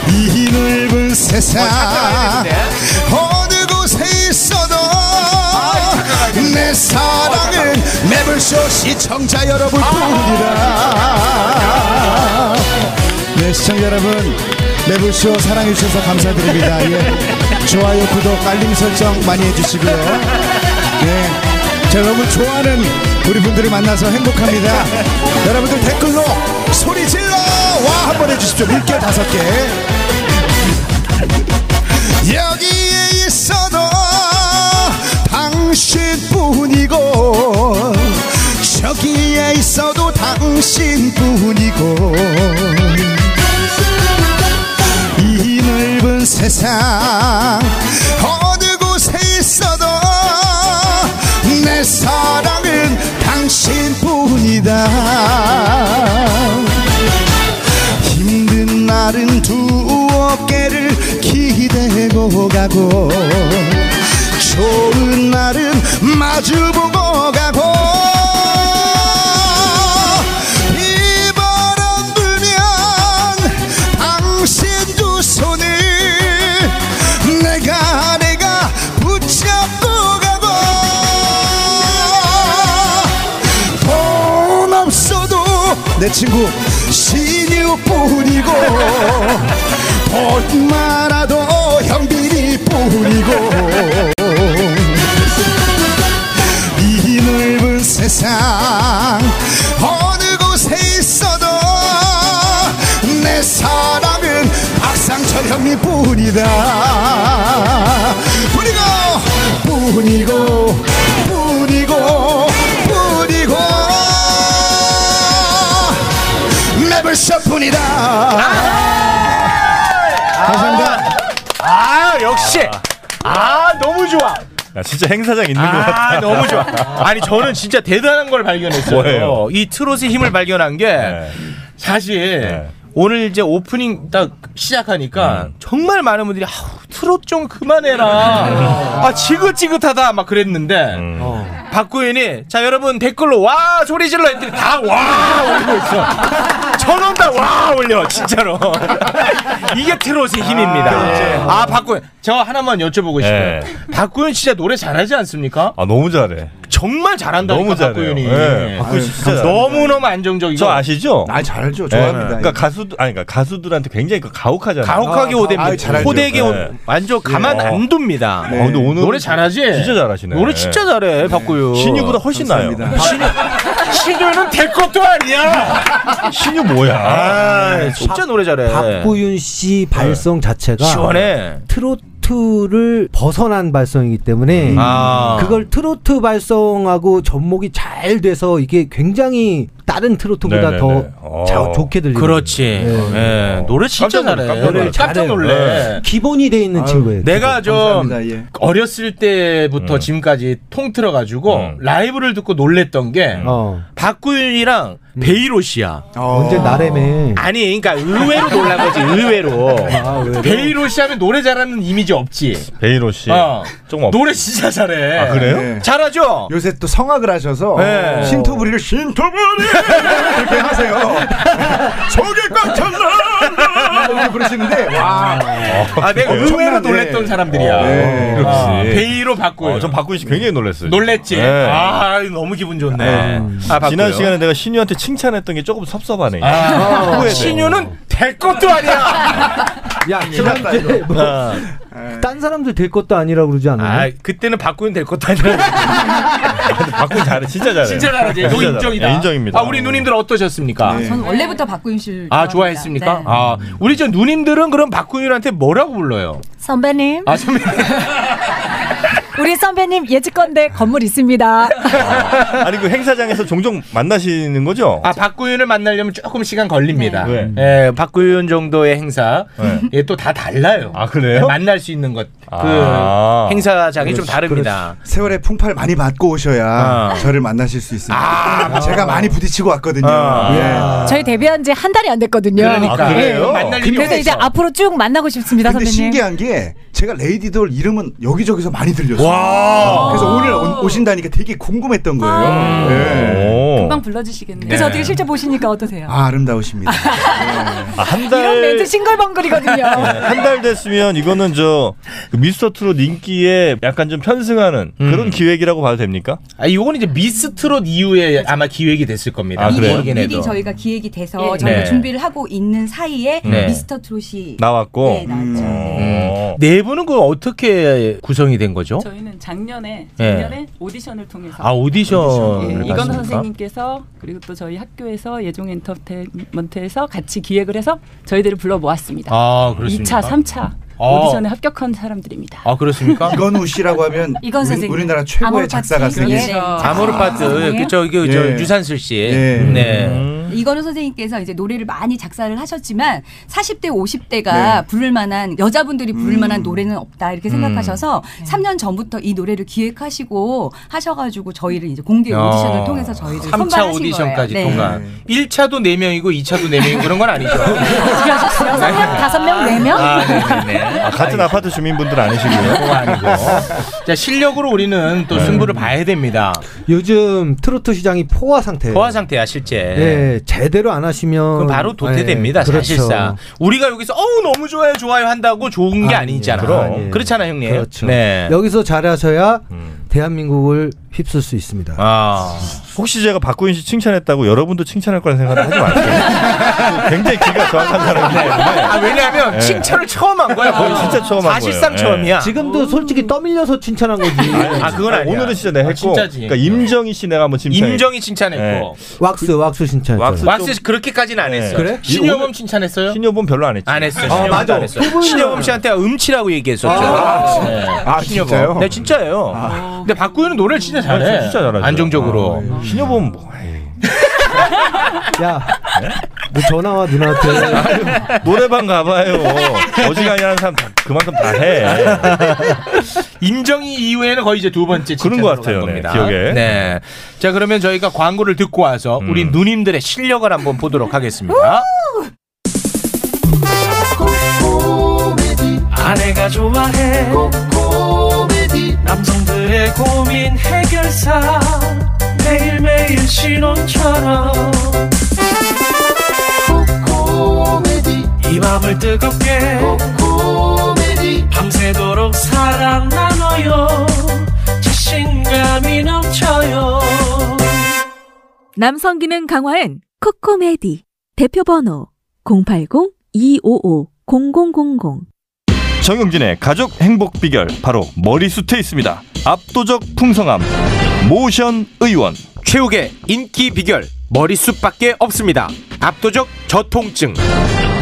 Speaker 6: 이 넓은 세상 어느 곳에 있어도 내 사랑은 매불쇼 시청자 여러분 뿐이다
Speaker 13: 네 시청자 여러분 매불쇼 사랑해 주셔서 감사드립니다. 예. 좋아요 구독 알림 설정 많이 해주시고요. 네. 제가 너무 좋아하는 우리 분들을 만나서 행복합니다. 여러분들 댓글로 소리 질러 와 한번 해주십시오. 밀게 다섯 개.
Speaker 6: 여기에 있어도 당신뿐이고 저기에 있어도 당신뿐이고 이 넓은 세상 어느 곳에 있어도 내 사랑은 당신뿐이다 힘든 날은 두 어깨를 기대고 가고 좋은 날은 마주보고 가고 비바람 불면 당신 두 손을 내가 내가 붙잡고 가고 돈 없어도 내 친구 신유뿐이고 돈 많아도 형빈이뿐이고 이 넓은 세상 어느 곳에 있어도 내 사랑은 박상철 형님뿐이다 뿐이고 뿐이고 뿐이고 뿐이고 매불쇼뿐이다
Speaker 13: 감사합니다
Speaker 9: 아 역시 아 너무 좋아
Speaker 10: 야, 진짜 행사장 있는 것 같아.
Speaker 9: 아 너무 좋아 아니 저는 진짜 대단한 걸 발견했어요
Speaker 10: 뭐예요? 네.
Speaker 9: 이 트롯의 힘을 발견한 게 사실 오늘 이제 오프닝 딱 시작하니까
Speaker 10: 음.
Speaker 9: 정말 많은 분들이 아우 트롯 좀 그만해라
Speaker 10: 음.
Speaker 9: 아 지긋지긋하다 막 그랬는데 박구윤이 자 여러분 댓글로 와 소리 질러 했더니 다 와 올리고 있어 천원 다 와 올려 진짜로 이게 트롯의 힘입니다 아 박구윤 저 하나만 여쭤보고
Speaker 10: 네.
Speaker 9: 싶어요 박구윤 진짜 노래 잘하지 않습니까?
Speaker 10: 아 너무 잘해.
Speaker 9: 정말 잘한다니까
Speaker 10: 너무 잘해요.
Speaker 9: 박구윤이 네. 아,
Speaker 10: 예, 박구윤 진짜 잘해요.
Speaker 9: 너무너무 안정적이고
Speaker 10: 저 아시죠?
Speaker 3: 아 잘죠
Speaker 10: 예,
Speaker 9: 좋아합니다.
Speaker 10: 그러니까 가수들 아니 그러니까 가수들한테 굉장히 그 가혹하잖아요. 네. 어.
Speaker 9: 가혹하게 오댑니다. 예. 호되게 오- 완전 가만 안 둡니다.
Speaker 10: 아, 근데 오늘
Speaker 9: 노래 잘하지?
Speaker 10: 진짜 잘하시네. 예.
Speaker 9: 노래 진짜 잘해
Speaker 13: 그
Speaker 9: 박구윤.
Speaker 10: 신유보다 훨씬 나아요.
Speaker 9: 신유는 될 것도 아니야.
Speaker 10: 신유 뭐야?
Speaker 9: 아, 진짜 노래 잘해. 네.
Speaker 12: 박구윤 씨 발성 자체가
Speaker 9: 시원해.
Speaker 12: 트로트를 벗어난 발성이기 때문에
Speaker 9: 음. 아.
Speaker 12: 그걸 트로트 발성하고 접목이 잘 돼서 이게 굉장히 다른 트로트보다 더
Speaker 9: 네네네. 어.
Speaker 12: 자- 좋게 네. 들리는
Speaker 9: 그렇지. 예, 노래 진짜
Speaker 12: 어. 깜짝 놀래,
Speaker 9: 잘해. 예.
Speaker 12: 깜짝 놀래.
Speaker 9: 깜짝 놀래.
Speaker 12: 네. 기본이 돼 있는 친구예요.
Speaker 9: 내가 좀
Speaker 3: 감사합니다, 예.
Speaker 9: 어렸을 때부터 지금까지 통틀어 가지고 라이브를 듣고 놀랬던 게
Speaker 12: 어. 음.
Speaker 9: 박구윤이랑 베이로시야.
Speaker 12: 언제 나래매
Speaker 9: 아니, 그러니까 의외로 놀란 거지. 의외로.
Speaker 12: 의외로?
Speaker 9: 베이로시 하면 노래 잘하는 이미지 없지.
Speaker 10: 네. 베이로 씨.
Speaker 9: 어.
Speaker 10: 조금 없.
Speaker 9: 노래 진짜 잘해.
Speaker 10: 아, 그래요?
Speaker 9: 네. 잘하죠.
Speaker 3: 네. 요새 또 성악을 하셔서
Speaker 9: 네.
Speaker 3: 신토부리를 신토부리 이렇게 하세요. 속이 꽉 찼나 이렇게 부르시는데 와.
Speaker 9: 아, 내가
Speaker 10: 그래요?
Speaker 9: 의외로
Speaker 10: 엄청난,
Speaker 9: 놀랬던
Speaker 10: 예.
Speaker 9: 사람들이야.
Speaker 10: 네.
Speaker 9: 어,
Speaker 10: 아,
Speaker 9: 베이로 바꾸요.
Speaker 10: 어, 전 박구윤 씨 굉장히 놀랐어요.
Speaker 9: 놀랬지.
Speaker 10: 네.
Speaker 9: 아, 너무 기분 좋네. 아, 바꾸요.
Speaker 10: 지난 시간에 내가 신유한테 칭찬했던 게 조금 섭섭하네.
Speaker 9: 아,
Speaker 10: 후회돼.
Speaker 9: 신유는 될 것도 아니야.
Speaker 12: 야,
Speaker 9: 지났다, 이거.
Speaker 12: 뭐,
Speaker 9: 어.
Speaker 12: 딴 사람들 될 것도 아니라 그러지 않나요?
Speaker 9: 아, 그때는 바꾸면 될 것도 아니야.
Speaker 10: 박구윤 잘해. 진짜 잘해.
Speaker 9: 진짜 잘하지. 이거
Speaker 10: 진짜
Speaker 9: 인정이다.
Speaker 10: 잘해. 인정입니다.
Speaker 9: 아, 우리 누님들 어떠셨습니까?
Speaker 12: 네.
Speaker 18: 저는 원래부터 박구윤 씨를
Speaker 9: 아,
Speaker 18: 좋아합니다.
Speaker 9: 좋아했습니까?
Speaker 18: 네.
Speaker 9: 아, 우리 저 누님들은 그럼 박구윤한테 뭐라고 불러요?
Speaker 14: 선배님,
Speaker 9: 아, 선배님.
Speaker 14: 우리 선배님 예지건대 건물 있습니다.
Speaker 10: 아니 그 행사장에서 종종 만나시는 거죠?
Speaker 9: 아, 박구윤을 만나려면 조금 시간 걸립니다.
Speaker 10: 네.
Speaker 9: 예, 박구윤 정도의 행사. 예, 또 다 달라요. 아,
Speaker 10: 그래요?
Speaker 9: 만날 수 있는 것. 그
Speaker 10: 아.
Speaker 9: 행사장이 좀
Speaker 3: 그렇지,
Speaker 9: 다릅니다. 아.
Speaker 3: 그렇지. 세월의 풍파를 많이 맞고 오셔야 저를 만나실 수 있습니다. 제가 많이 부딪히고 왔거든요.
Speaker 9: 아.
Speaker 3: 예.
Speaker 14: 저희 데뷔한 지 한 달이 안 됐거든요.
Speaker 3: 그러니까. 아, 그래요?
Speaker 14: 예.
Speaker 3: 만날 일이
Speaker 14: 그래서 이제
Speaker 3: 없어.
Speaker 14: 앞으로 쭉 만나고 싶습니다,
Speaker 3: 근데
Speaker 14: 선배님.
Speaker 3: 신기한 게 제가 레이디돌 이름은 여기저기서 많이 들렸어요. 그래서 오늘 오- 오신다니까 되게 궁금했던
Speaker 16: 아.
Speaker 3: 거예요. 예.
Speaker 16: 금방 불러주시겠네요.
Speaker 14: 그래서 어떻게 실제 보시니까 어떠세요?
Speaker 3: 아, 아름다우십니다.
Speaker 9: 네.
Speaker 14: 이런 멘트 싱글벙글이거든요.
Speaker 10: 예, 한 달 됐으면 이거는 저그 미스터 트롯 인기에 약간 좀 편승하는 그런 기획이라고 봐도 됩니까?
Speaker 9: 음. 아, 이건 이제 미스트롯 이후에 아마 기획이 됐을 겁니다.
Speaker 10: 아, 그래요?
Speaker 9: 모르긴 해도.
Speaker 18: 미리 저희가 기획이 돼서 저희가
Speaker 9: 네.
Speaker 18: 준비를 하고 있는 사이에
Speaker 9: 네.
Speaker 18: 미스터 트롯이
Speaker 10: 나왔고 어.
Speaker 18: 네, 나왔죠.
Speaker 9: 음. 네 분은 그 어떻게 구성이 된 거죠?
Speaker 16: 저희는 작년에
Speaker 9: 예.
Speaker 16: 작년에 오디션을 통해서
Speaker 9: 아 오디션
Speaker 16: 예,
Speaker 9: 을
Speaker 16: 이건호 선생님께서 그리고 또 저희 학교에서 예종 엔터테인먼트에서 같이 기획을 해서 저희들을 불러 모았습니다.
Speaker 9: 아, 그렇습니까?
Speaker 16: 2차, 3차
Speaker 3: 아.
Speaker 16: 오디션에 합격한 사람들입니다.
Speaker 9: 아 그렇습니까?
Speaker 3: 이건우 씨라고 하면
Speaker 16: 이건
Speaker 3: 우리,
Speaker 16: 선생님.
Speaker 3: 우리나라 최고의
Speaker 16: 아모르
Speaker 3: 작사
Speaker 16: 파티.
Speaker 3: 가수님.
Speaker 16: 그렇죠.
Speaker 9: 아모르 파트 그저 이게 저
Speaker 3: 예.
Speaker 9: 유산슬 씨.
Speaker 3: 예.
Speaker 9: 네.
Speaker 18: 이건우 선생님께서 이제 노래를 많이 작사를 하셨지만 40대 50대가 부를 만한 여자분들이 부를 만한 노래는 없다 이렇게
Speaker 9: 네. 음.
Speaker 18: 생각하셔서 3년 전부터 이 노래를 기획하시고 하셔가지고 저희를 이제 공개 네, 오디션을
Speaker 9: 어.
Speaker 18: 통해서 저희를
Speaker 9: 3차
Speaker 18: 선발하신
Speaker 9: 오디션까지
Speaker 18: 거예요. 네.
Speaker 9: 통과. 1차도 4명이고 2차도 4명이고 그런 건 아니죠.
Speaker 14: 여섯 명, 다섯 명, 네 명.
Speaker 9: 아, 네네네.
Speaker 10: 아, 같은 아파트 주민분들 아니시고요. 네.
Speaker 9: 그거 아니고. 자, 실력으로 우리는 또 승부를 봐야 됩니다.
Speaker 12: 요즘 트로트 시장이 포화
Speaker 10: 네.
Speaker 12: 상태예요.
Speaker 9: 포화 상태야, 실제.
Speaker 12: 예, 제대로 안 하시면
Speaker 10: 어,
Speaker 9: 그럼 바로 도태됩니다
Speaker 12: 예,
Speaker 10: 네.
Speaker 12: 그렇죠.
Speaker 9: 사실상 우리가 여기서 어우 너무 좋아요 좋아요 한다고 좋은 게
Speaker 12: 아,
Speaker 9: 아니잖아
Speaker 12: 예, 그럼.
Speaker 10: 그렇죠.
Speaker 9: 그렇잖아 형님
Speaker 12: 그렇죠.
Speaker 9: 네.
Speaker 12: 여기서 잘하셔야 대한민국을 휩쓸 수 있습니다.
Speaker 10: 아. 혹시 제가 박구인 씨 칭찬했다고 여러분도 칭찬할 거라는 생각을 하지 마세요. 굉장히 기가 정확한 사람인데.
Speaker 9: 아, 왜냐하면
Speaker 10: 예.
Speaker 9: 칭찬을 처음 한 거야. 거의.
Speaker 10: 아, 진짜 처음 한
Speaker 9: 사실상
Speaker 10: 거예요. 네.
Speaker 9: 처음이야.
Speaker 12: 지금도 솔직히 떠밀려서 칭찬한 거지.
Speaker 9: 아, 그건 아니야.
Speaker 10: 오늘은 진짜 내가
Speaker 9: 아,
Speaker 10: 했고.
Speaker 9: 진짜지.
Speaker 10: 그러니까 임정희 씨 내가 한번 칭찬해. 네.
Speaker 9: 임정희 칭찬했고.
Speaker 12: 왁스 왁스 칭찬.
Speaker 10: 왁스
Speaker 9: 왁스 씨 그렇게까지는 안
Speaker 10: 네.
Speaker 9: 했어요.
Speaker 10: 그래?
Speaker 9: 신여범 칭찬했어요?
Speaker 10: 신여범 별로 안 했지.
Speaker 9: 안 했어요.
Speaker 10: 아,
Speaker 9: 신여범도
Speaker 10: 맞아.
Speaker 9: 안 했어요.
Speaker 10: 그분은-
Speaker 9: 신여범 씨한테 음치라고 얘기했었죠.
Speaker 10: 아,
Speaker 9: 네.
Speaker 10: 아,
Speaker 9: 신여범.
Speaker 10: 진짜요? 아.
Speaker 9: 네, 진짜예요. 근데 박구현은 노래를 진짜 잘해.
Speaker 10: 진짜 잘하죠.
Speaker 9: 안정적으로.
Speaker 10: 신여범 뭐.
Speaker 12: 야, 너뭐 전화와 누나한테.
Speaker 10: 노래방 가봐요. 어지간히 하는 사람 다, 그만큼 다 아, 해.
Speaker 9: 임정희 이후에는 거의 이제 두 번째
Speaker 10: 그런
Speaker 9: 칭찬으로
Speaker 10: 것 같아요,
Speaker 9: 간
Speaker 10: 네,
Speaker 9: 겁니다.
Speaker 10: 기억에. 음.
Speaker 9: 네. 자 그러면 저희가 광고를 듣고 와서 우리 누님들의 실력을 한번 보도록 하겠습니다.
Speaker 19: 아내가 좋아해 코미디 남성들의 고민 해결사 매일매일 신혼처럼 코미디 이 맘을 뜨겁게 코미디 밤새도록 사랑 나눠요 자신감이 넘쳐요
Speaker 8: 남성 기능 강화엔 코코메디 대표 번호 080 255 0000
Speaker 10: 정용진의 가족 행복 비결 바로 머리숱에 있습니다. 압도적 풍성함 모션 의원
Speaker 9: 최욱의 인기 비결 머리숱밖에 없습니다. 압도적 저통증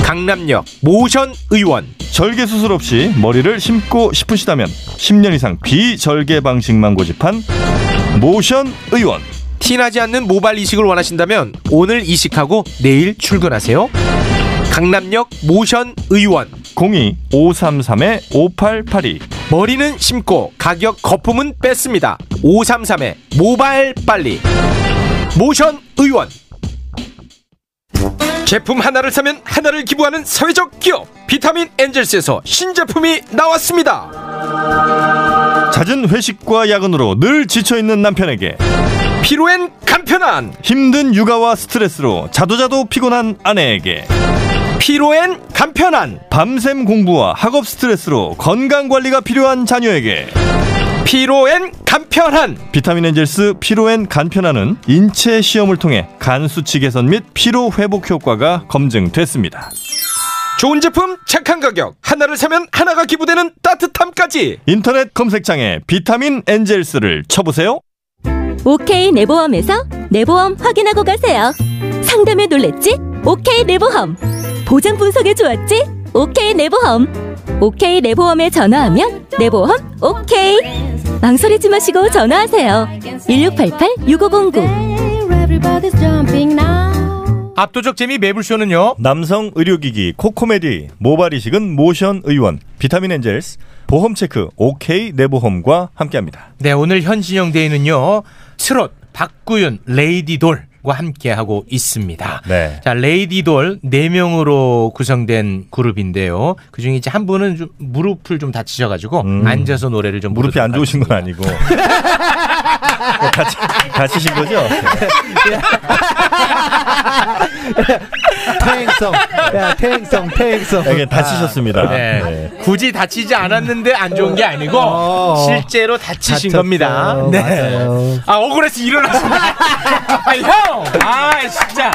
Speaker 9: 강남역 모션 의원
Speaker 10: 절개 수술 없이 머리를 심고 싶으시다면 10년 이상 비절개 방식만 고집한 모션 의원
Speaker 9: 티나지 않는 모발 이식을 원하신다면 오늘 이식하고 내일 출근하세요. 강남역 모션 의원
Speaker 10: 02-533-5882
Speaker 9: 머리는 심고 가격 거품은 뺐습니다. 533의 모발 빨리 모션 의원 제품 하나를 사면 하나를 기부하는 사회적 기업 비타민 엔젤스에서 신제품이 나왔습니다.
Speaker 10: 잦은 회식과 야근으로 늘 지쳐있는 남편에게
Speaker 9: 피로엔 간편한
Speaker 10: 힘든 육아와 스트레스로 자도자도 피곤한 아내에게
Speaker 9: 피로엔 간편한
Speaker 10: 밤샘 공부와 학업 스트레스로 건강관리가 필요한 자녀에게
Speaker 9: 피로엔 간편한
Speaker 10: 비타민 엔젤스 피로엔 간편한은 인체 시험을 통해 간 수치 개선 및 피로 회복 효과가 검증됐습니다.
Speaker 9: 좋은 제품 착한 가격 하나를 사면 하나가 기부되는 따뜻함까지
Speaker 10: 인터넷 검색창에 비타민 엔젤스를 쳐보세요.
Speaker 20: 오케이 내보험에서 내보험 확인하고 가세요. 상담에 놀랬지? 오케이 내보험. 보장 분석에 좋았지? 오케이 내보험. 오케이 내보험에 전화하면 내보험 오케이. 망설이지 마시고 전화하세요. 1688-6509.
Speaker 9: 압도적 재미 매불쇼는요.
Speaker 10: 남성 의료기기 코코메디 모발 이식은 모션 의원 비타민 엔젤스 보험 체크 OK 내보험과 함께합니다.
Speaker 9: 네 오늘 현진영 대회는요 트롯 박구윤 레이디돌과 함께하고 있습니다
Speaker 10: 네.
Speaker 9: 자 레이디돌 네명으로 구성된 그룹인데요 그중에 이제 한 분은 좀 무릎을 좀 다치셔가지고
Speaker 10: 음.
Speaker 9: 앉아서 노래를 좀 무릎이 안 좋으신 건
Speaker 10: 아니고 다치신 거죠?
Speaker 12: 태행성. 야, 태행성, 태행성.
Speaker 10: 아, 이게 다치셨습니다.
Speaker 9: 네.
Speaker 10: 네.
Speaker 9: 굳이 다치지 않았는데 안 좋은 게 아니고
Speaker 12: 어.
Speaker 9: 실제로 다치신
Speaker 12: 다쳤어요.
Speaker 9: 겁니다 네.
Speaker 12: 맞아요.
Speaker 9: 아 억울해서 일어나시네 아, 형! 아 진짜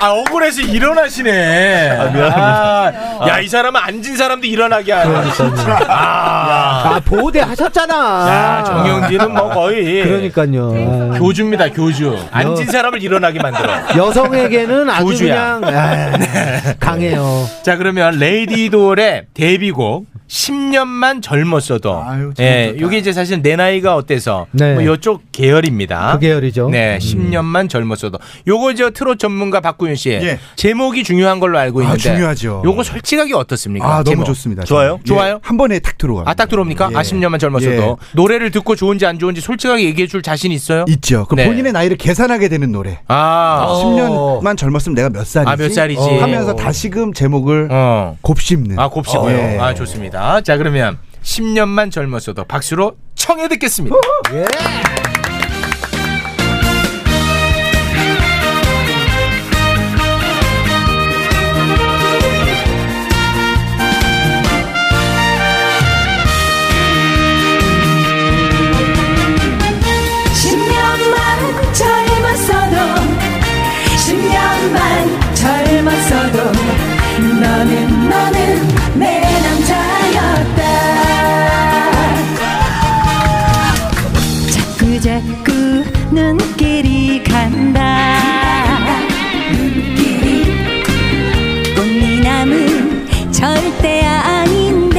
Speaker 9: 아 억울해서 일어나시네 아
Speaker 10: 미안합니다.
Speaker 9: 야 이 사람은 앉은 사람도 일어나게 하는 진짜. 아,
Speaker 12: 아, 보호대 하셨잖아.
Speaker 9: 야, 정영진은 뭐 거의
Speaker 12: 그러니까요.
Speaker 9: 교주입니다 교주 앉은 사람을 일어나게 만들어
Speaker 12: 여성에게는 아주
Speaker 9: 교주야.
Speaker 12: 그냥 아, 강해요.
Speaker 9: 자 그러면 레이디돌의 데뷔곡 10년만 젊었어도 예, 이게 이제 사실 내 나이가 어때서
Speaker 12: 네.
Speaker 9: 뭐 요쪽 계열입니다.
Speaker 12: 그 계열이죠.
Speaker 9: 네, 10년만 젊었어도 요거 저 트롯 전문가 박구윤 씨 제목이 중요한 걸로 알고
Speaker 3: 예. 아,
Speaker 9: 있는데
Speaker 3: 중요하죠.
Speaker 9: 요거 솔직하게 어떻습니까?
Speaker 3: 아, 너무
Speaker 9: 제목.
Speaker 3: 좋습니다.
Speaker 9: 좋아요?
Speaker 3: 예,
Speaker 9: 좋아요?
Speaker 3: 한 번에 탁 들어가.
Speaker 9: 아 딱 들어옵니까?
Speaker 3: 예.
Speaker 9: 아 10년만 젊었어도 노래를 듣고 좋은지 안 좋은지 솔직하게 얘기해 줄 자신 있어요?
Speaker 3: 있죠. 그럼
Speaker 9: 네.
Speaker 3: 본인의 나이를 계산하게 되는 노래.
Speaker 9: 아
Speaker 3: 10년만 젊었으면 내가 몇 살이지?
Speaker 9: 아, 몇 살이지?
Speaker 3: 하면서 다시금 제목을 곱씹는.
Speaker 9: 아 곱씹어요.
Speaker 3: 예.
Speaker 9: 아 좋습니다. 자 그러면 10년만 젊었어도 박수로 청해 듣겠습니다.
Speaker 21: 자꾸 눈길이 간다 꽃미남은 절대 아닌데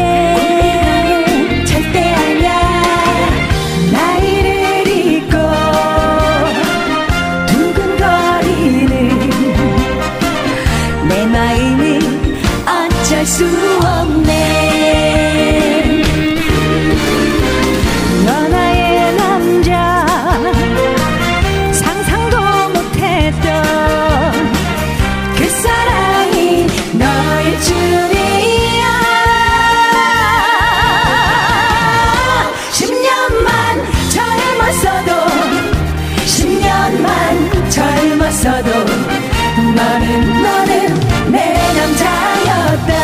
Speaker 21: 절대 아니야 나이를 잊고 두근거리는 내 마음을 어쩔 수 없네 너 나의 남자 상상도 못했던 그 사랑이 너의 줄이야 10년만 젊었어도 10년만 젊었어도 너는 너는 내 남자였다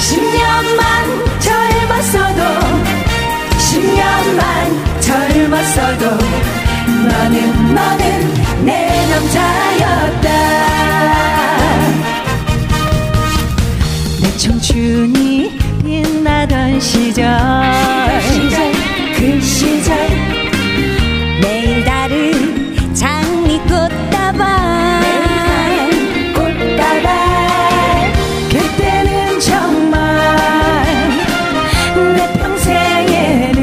Speaker 21: 십년만 젊었어도 십년만 젊었어도 너는 너는 내 남자였다 내 청춘이 빛나던 시절 그 시절 매일 다른 장미꽃다발 꽃다발 그때는 정말 내 평생에는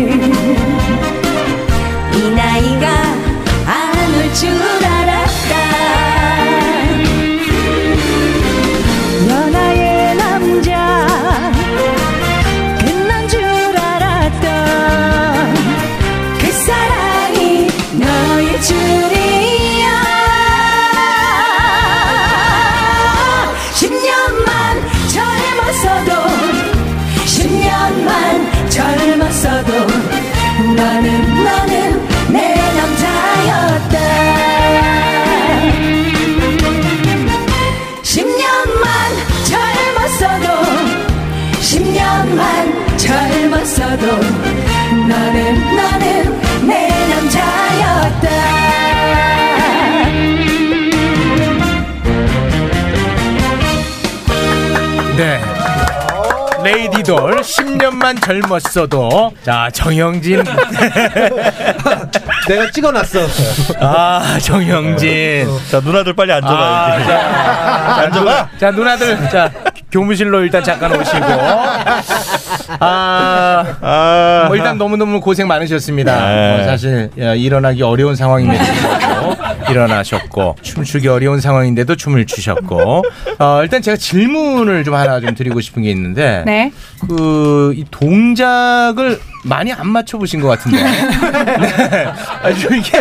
Speaker 21: 이 나이가 안 올 줄 알았다 연하의 남자 끝난 줄 알았던 그 사랑이 너의 줄이야 10년만 젊었어도 10년만 젊었어도 너는 너는 내 남자였다 10년만 젊었어도 10년만 젊었어도 너는 너는 내 남자였다
Speaker 9: 네. 레이디돌 10년만 젊었어도 자 정영진
Speaker 12: 내가 찍어놨어.
Speaker 9: 아 정영진
Speaker 10: 어. 자 누나들 빨리 앉아봐
Speaker 9: 아, 자, 앉아봐 자 누나들 자 교무실로 일단 잠깐 오시고 아, 뭐 일단 너무너무 고생 많으셨습니다
Speaker 10: 네.
Speaker 9: 뭐 사실 야, 일어나기 어려운 상황입니다 일어나셨고 춤추기 어려운 상황인데도 춤을 추셨고 어, 일단 제가 질문을 좀 하나 좀 드리고 싶은 게 있는데
Speaker 15: 네.
Speaker 9: 그, 이 동작을 많이 안 맞춰보신 것 같은데. 네. 아주 이게,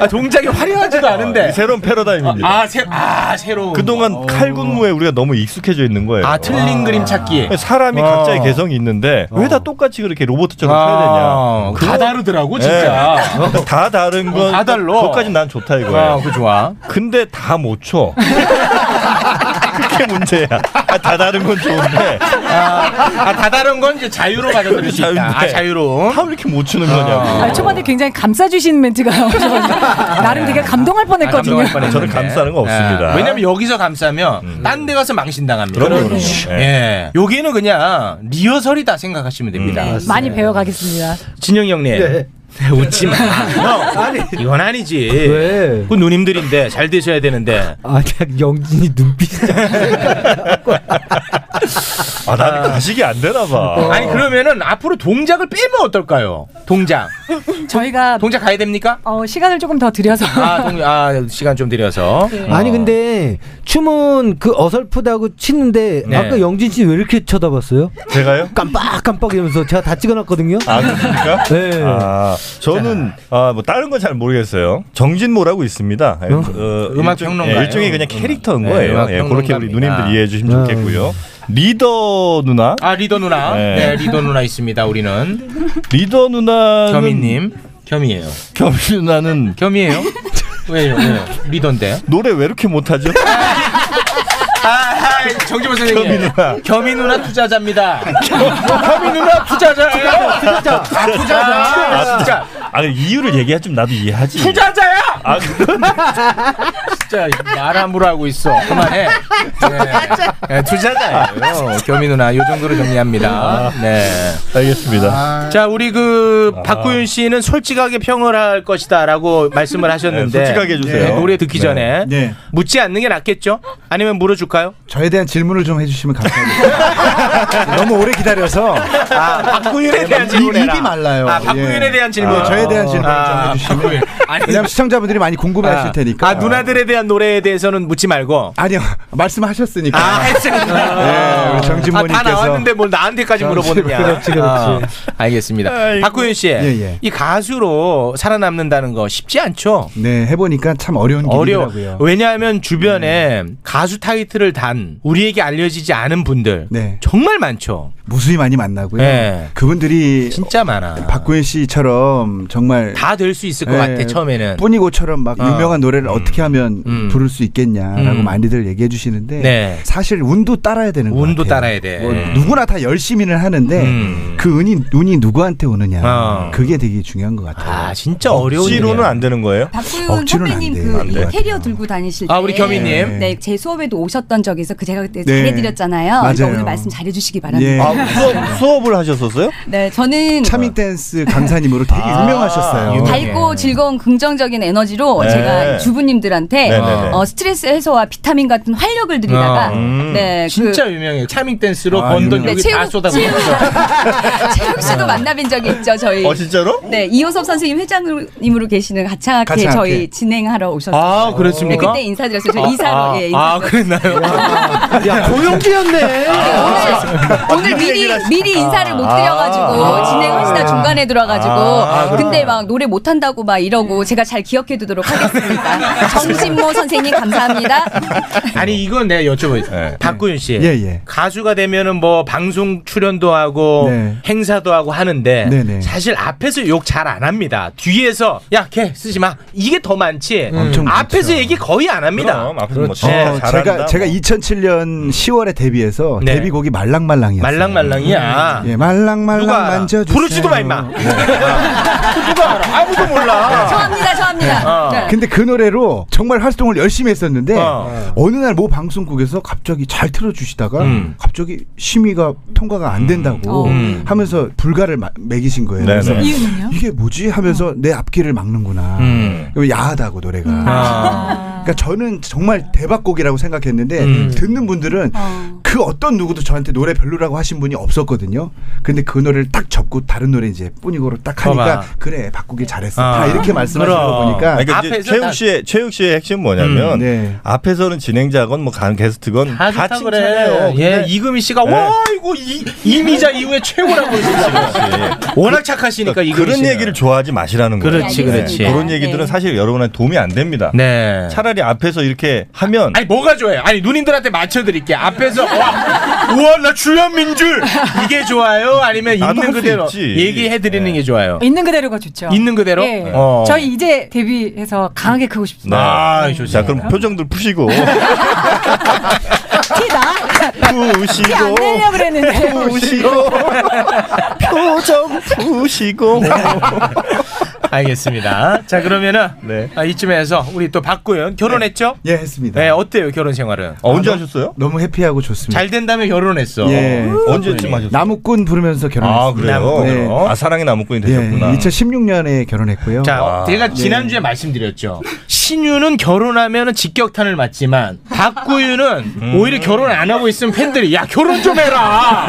Speaker 9: 아, 동작이 화려하지도 않은데.
Speaker 10: 새로운 패러다임입니다.
Speaker 9: 아, 새, 아, 새로운.
Speaker 10: 그동안 칼군무에 우리가 너무 익숙해져 있는 거예요. 네,
Speaker 9: 아, 틀린 그림 찾기.
Speaker 10: 사람이
Speaker 9: 어.
Speaker 10: 각자의 개성이 있는데 왜 다 똑같이 그렇게 로봇처럼 쳐야 되냐?
Speaker 9: 아, 다 다르더라고, 진짜. 어,
Speaker 10: 네. 다 다른 건.
Speaker 9: 다 달라.
Speaker 10: 그것까지 난 좋다 이거야.
Speaker 9: 아, 그 좋아.
Speaker 10: 근데 다 못 쳐. 그게 문제야. 아, 다 다른 건
Speaker 9: 네.
Speaker 10: 좋은데.
Speaker 9: 아, 다 다른 건 이제 자유로 받아들일 수 있다. 아,
Speaker 10: 자유인데.
Speaker 9: 자유로.
Speaker 10: 다 왜 이렇게 못 추는 거냐고.
Speaker 14: 아, 초반에 굉장히 감싸주신 멘트가 나오셔서 나름 되게 감동할 뻔했거든요.
Speaker 9: 감동할 뻔했는데. 음.
Speaker 10: 저는 감싸는 거 없습니다.
Speaker 9: 예. 네. 왜냐면 여기서 감싸면 딴 데 가서 망신당합니다.
Speaker 10: 그럼요, 그럼요.
Speaker 9: 예. 여기는 그냥 리허설이다 생각하시면 됩니다.
Speaker 14: 많이 배워가겠습니다.
Speaker 9: 음. 진영이 형님.
Speaker 10: 예.
Speaker 14: 네.
Speaker 9: 웃지 마. 형, 이건 아니지. 왜? 그 누님들인데 잘 되셔야 되는데.
Speaker 12: 아, 그냥 영진이 눈빛이.
Speaker 10: 아, 나는 가식이 안 되나 봐.
Speaker 9: 아니 그러면은 앞으로 동작을 빼면 어떨까요? 동작.
Speaker 14: 저희가
Speaker 9: 동작 가야 됩니까?
Speaker 14: 어, 시간을 조금 더 들여서
Speaker 9: 아, 동, 아 시간 좀 들여서.
Speaker 12: 아니 근데 춤은 그 어설프다고 치는데
Speaker 9: 네.
Speaker 12: 아까 영진 씨 왜 이렇게 쳐다봤어요?
Speaker 10: 제가요?
Speaker 12: 깜빡깜빡이면서 제가 다 찍어놨거든요.
Speaker 10: 아, 그렇습니까?
Speaker 12: 네.
Speaker 10: 아, 저는 아, 뭐 다른 건 잘 모르겠어요. 정진모라고 있습니다. 어, 어,
Speaker 9: 음악
Speaker 10: 일종-
Speaker 9: 평론가예요.
Speaker 10: 예, 일종의 그냥
Speaker 9: 음.
Speaker 10: 캐릭터인
Speaker 9: 네,
Speaker 10: 거예요.
Speaker 9: 음악
Speaker 10: 예, 그렇게 우리
Speaker 9: 평론가입니다. 음.
Speaker 10: 누님들 이해해 주시면 좋겠고요. 리더 누나?
Speaker 9: 아 리더 누나.
Speaker 10: 네.
Speaker 9: 네. 리더 누나 있습니다. 우리는
Speaker 10: 리더 누나는
Speaker 9: 겸이님. 겸이에요.
Speaker 10: 겸이 누나는
Speaker 9: 겸이에요? 왜요? 왜요? 리더인데.
Speaker 10: 노래 왜 이렇게 못하죠?
Speaker 9: 아, 정지모 선생님.
Speaker 10: 겸이 누나.
Speaker 9: 겸이 누나 투자자입니다. 겸이 누나 투자자예요.
Speaker 10: 투자자.
Speaker 9: 아, 투자자.
Speaker 10: 아,
Speaker 9: 진짜.
Speaker 10: 아, 이유를 얘기해 좀 나도 이해하지.
Speaker 9: 투자자야!
Speaker 10: 아,
Speaker 9: 진짜 말함부로 하고 있어. 그만해. 예. 예, 투자자예요. 겸이 누나 요 정도로 정리합니다. 네.
Speaker 10: 아,
Speaker 9: 아.
Speaker 10: 알겠습니다.
Speaker 9: 자, 우리 그 박구윤 씨는 솔직하게 평을 할 것이다라고 말씀을 하셨는데
Speaker 10: 네, 솔직하게 해주세요.
Speaker 9: 네, 노래 듣기
Speaker 10: 네.
Speaker 9: 전에 묻지 않는 게 낫겠죠? 아니면 물어줄까요?
Speaker 3: 저에 대한 질문을 좀 해주시면 감사하겠습니다. 너무 오래 기다려서
Speaker 9: 아, 박구윤에 대한
Speaker 3: 입,
Speaker 9: 질문해라.
Speaker 3: 입이 말라요.
Speaker 9: 아, 박구윤에 대한 질문.
Speaker 3: 아, 저에 대한 질문
Speaker 9: 아,
Speaker 3: 좀 해주시면.
Speaker 9: 아니,
Speaker 3: 왜냐면 시청자분들이 많이 궁금해하실
Speaker 9: 아,
Speaker 3: 테니까.
Speaker 9: 아, 누나들에 대한 노래에 대해서는 묻지 말고.
Speaker 3: 아니요, 말씀하셨으니까.
Speaker 9: 아, 했으니까.
Speaker 3: 네, 우리 정진모님께서.
Speaker 9: 아, 다 나왔는데 뭘 나한테까지 물어보느냐.
Speaker 3: 그렇지, 그렇지.
Speaker 9: 어, 알겠습니다.
Speaker 3: 아이고.
Speaker 9: 박구윤 씨,
Speaker 3: 예, 예.
Speaker 9: 이 가수로 살아남는다는 거 쉽지 않죠?
Speaker 3: 네, 해보니까 참 어려운
Speaker 9: 어려워.
Speaker 3: 길이더라고요. 네.
Speaker 9: 왜냐하면 주변에 가수 타이틀을 단 우리에게 알려지지 않은 분들
Speaker 3: 네.
Speaker 9: 정말 많죠.
Speaker 3: 무수히 많이 만나고요.
Speaker 9: 네.
Speaker 3: 그분들이
Speaker 9: 진짜 많아.
Speaker 3: 박구현 씨처럼 정말
Speaker 9: 다 될 수 있을 것
Speaker 3: 예,
Speaker 9: 같아 처음에는.
Speaker 3: 뿌니고처럼 막
Speaker 9: 어.
Speaker 3: 유명한 노래를 어떻게 하면 부를 수 있겠냐라고
Speaker 9: 음.
Speaker 3: 많이들 얘기해 주시는데
Speaker 9: 네.
Speaker 3: 사실 운도 따라야 되는 거예요.
Speaker 9: 운도 따라야 돼. 음.
Speaker 3: 뭐 누구나 다 열심히는 하는데 그 운이 운이 누구한테 오느냐 그게 되게 중요한 것 같아요.
Speaker 9: 어. 아 진짜 어려운
Speaker 10: 억지로는 안 되는 거예요?
Speaker 15: 박구윤 선배님
Speaker 3: 안
Speaker 15: 그이
Speaker 3: 돼요.
Speaker 15: 캐리어 들고 다니실 때
Speaker 9: 네. 아, 우리 겸이님.
Speaker 15: 네, 제 수업에도 오셨던 적에서 그 제가 그때
Speaker 10: 네.
Speaker 15: 잘해드렸잖아요. 그러니까
Speaker 10: 맞아요.
Speaker 15: 오늘 말씀 잘해주시기
Speaker 10: 예.
Speaker 15: 바랍니다.
Speaker 10: 아, 수업, 수업을 하셨었어요?
Speaker 15: 네, 저는
Speaker 3: 차밍 댄스 강사님으로 되게
Speaker 10: 아,
Speaker 3: 유명하셨어요.
Speaker 9: 예.
Speaker 15: 밝고 즐거운 긍정적인 에너지로
Speaker 3: 네.
Speaker 15: 제가 주부님들한테
Speaker 9: 네, 네, 네.
Speaker 15: 어, 스트레스 해소와 비타민 같은 활력을 드리다가
Speaker 9: 어, 음.
Speaker 15: 네,
Speaker 9: 진짜 유명해요. 차밍
Speaker 3: 아,
Speaker 9: 댄스로 번돈
Speaker 15: 유명해요.
Speaker 9: 여기
Speaker 15: 네,
Speaker 9: 다
Speaker 15: 체육-
Speaker 9: 쏟아부었어.
Speaker 15: 최욱 씨도 만나뵌 적이 있죠, 저희.
Speaker 3: 아,
Speaker 9: 어, 진짜로?
Speaker 15: 네, 이호섭 선생님 회장님으로 계시는 가창학회
Speaker 9: 가창학회.
Speaker 15: 저희 진행하러 오셨어요.
Speaker 9: 아, 그랬습니까?
Speaker 15: 네, 그때 인사드렸어요. 저
Speaker 9: 아,
Speaker 15: 이사로,
Speaker 9: 아,
Speaker 15: 예, 인사드렸어요.
Speaker 9: 아, 그랬나요?
Speaker 11: 야, 고용주였네.
Speaker 15: 오늘 미리 미리 인사를 못 드려가지고
Speaker 11: 아.
Speaker 15: 진행하시다 중간에 들어가지고
Speaker 11: 아, 그렇구나.
Speaker 15: 근데 막 노래 못한다고 막 이러고 제가 잘 기억해두도록 하겠습니다. 정신모 선생님 감사합니다.
Speaker 9: 그, 아니 이건 내가 여쭤봐요. 박구윤 씨,
Speaker 3: 예, 예.
Speaker 9: 가수가 되면은 뭐 방송 출연도 하고
Speaker 3: 네.
Speaker 9: 행사도 하고 하는데
Speaker 3: 네, 네.
Speaker 9: 사실 앞에서 욕 잘 안 합니다. 뒤에서 야 걔 쓰지 마 이게 더 많지. 음.
Speaker 3: 엄청
Speaker 9: 앞에서 얘기 거의 안 합니다. 그렇죠.
Speaker 10: 그럼, 뭐. 앞에서
Speaker 3: 어, 제가 제가 2007년 10월에 데뷔해서
Speaker 9: 음. 네.
Speaker 3: 데뷔곡이 말랑말랑이었어요.
Speaker 9: 말랑말랑이야.
Speaker 3: 예, 말랑말랑
Speaker 9: 누가 알아?
Speaker 3: 만져주세요.
Speaker 9: 부르지도 마 임마. 누가 알아? 아무도 몰라.
Speaker 15: 저합니다, 저합니다. 네.
Speaker 3: 근데 그 노래로 정말 활동을 열심히 했었는데
Speaker 9: 아.
Speaker 3: 어. 느 날 모 방송국에서 갑자기 잘 틀어주시다가 갑자기 심의가 통과가 안 된다고
Speaker 9: 음.
Speaker 3: 하면서 불가를 마- 매기신 거예요.
Speaker 9: 네네.
Speaker 3: 그래서
Speaker 9: 이유는요?
Speaker 3: 이게 뭐지 하면서 내 앞길을 막는구나.
Speaker 9: 음.
Speaker 3: 그리고 야하다고 노래가. 그러니까 저는 정말 대박곡이라고 생각했는데
Speaker 9: 음.
Speaker 3: 듣는 분들은 그 어떤 누구도 저한테 노래 별로라고 하신 분이 없었거든요. 근데 그 노래를 딱 접고 다른 노래 이제 뿐이고로 딱 하니까
Speaker 10: 봐봐.
Speaker 3: 그래 바꾸길 잘했어.
Speaker 10: 아.
Speaker 3: 다 이렇게 말씀하시는 거 보니까 음, 네.
Speaker 10: 아니, 그러니까 이제 최욱 씨의 최욱 씨의 핵심 은 뭐냐면 앞에서는 진행자건 뭐 간 게스트건
Speaker 9: 다
Speaker 10: 다,
Speaker 9: 좋다 그래.
Speaker 10: 칭찬해요.
Speaker 9: 예, 이미희 씨가
Speaker 10: 네.
Speaker 9: 와 이거 이, 이미자 이후에 최고라고 했어요. 워낙 착하시니까
Speaker 10: 그러니까
Speaker 9: 이금희
Speaker 10: 그런
Speaker 9: 씨는.
Speaker 10: 얘기를 좋아하지 마시라는 거예요. 네.
Speaker 9: 그렇지, 그렇지.
Speaker 10: 그런 얘기들은 사실 여러분한테 도움이 안 됩니다.
Speaker 9: 네.
Speaker 10: 차라리 앞에서 이렇게 하면
Speaker 9: 아니 뭐가 좋아요? 아니 누님들한테 맞춰드릴게. 앞에서 와, 우와 나 주현민 줄 이게 좋아요? 아니면
Speaker 10: 나도
Speaker 9: 있는
Speaker 10: 할수
Speaker 9: 그대로
Speaker 10: 있지. 네.
Speaker 9: 얘기해드리는 게 좋아요?
Speaker 14: 있는 그대로가 좋죠.
Speaker 9: 있는 그대로?
Speaker 14: 예.
Speaker 9: 어. 네.
Speaker 14: 저희 이제 데뷔해서 강하게 크고 싶습니다.
Speaker 10: 아, 자 그럼 표정들 푸시고
Speaker 14: 티나.
Speaker 10: 푸시고.
Speaker 14: 티안 내려 그랬는데.
Speaker 10: 푸시고. 표정
Speaker 9: 네.
Speaker 10: 푸시고
Speaker 9: 알겠습니다. 자 그러면은
Speaker 10: 네.
Speaker 9: 아, 이쯤에서 우리 또 박구현 결혼했죠?
Speaker 3: 예 했습니다.
Speaker 9: 네 어때요 결혼 생활은?
Speaker 10: 아, 하셨어요?
Speaker 3: 아, 너무 해피하고 좋습니다.
Speaker 9: 잘 된다면 결혼했어.
Speaker 3: 예.
Speaker 10: 언제쯤 하셨어요?
Speaker 3: 나무꾼 부르면서 결혼했습니다.
Speaker 10: 아 그래요? 아 사랑의 나무꾼이 되셨구나.
Speaker 3: 2016년에 결혼했고요.
Speaker 9: 자,
Speaker 3: 와.
Speaker 9: 제가
Speaker 3: 네.
Speaker 9: 지난주에 말씀드렸죠. 신유는 결혼하면 직격탄을 맞지만 박구유는
Speaker 10: 음.
Speaker 9: 오히려 결혼 안 하고 있으면 팬들이 야 결혼 좀 해라.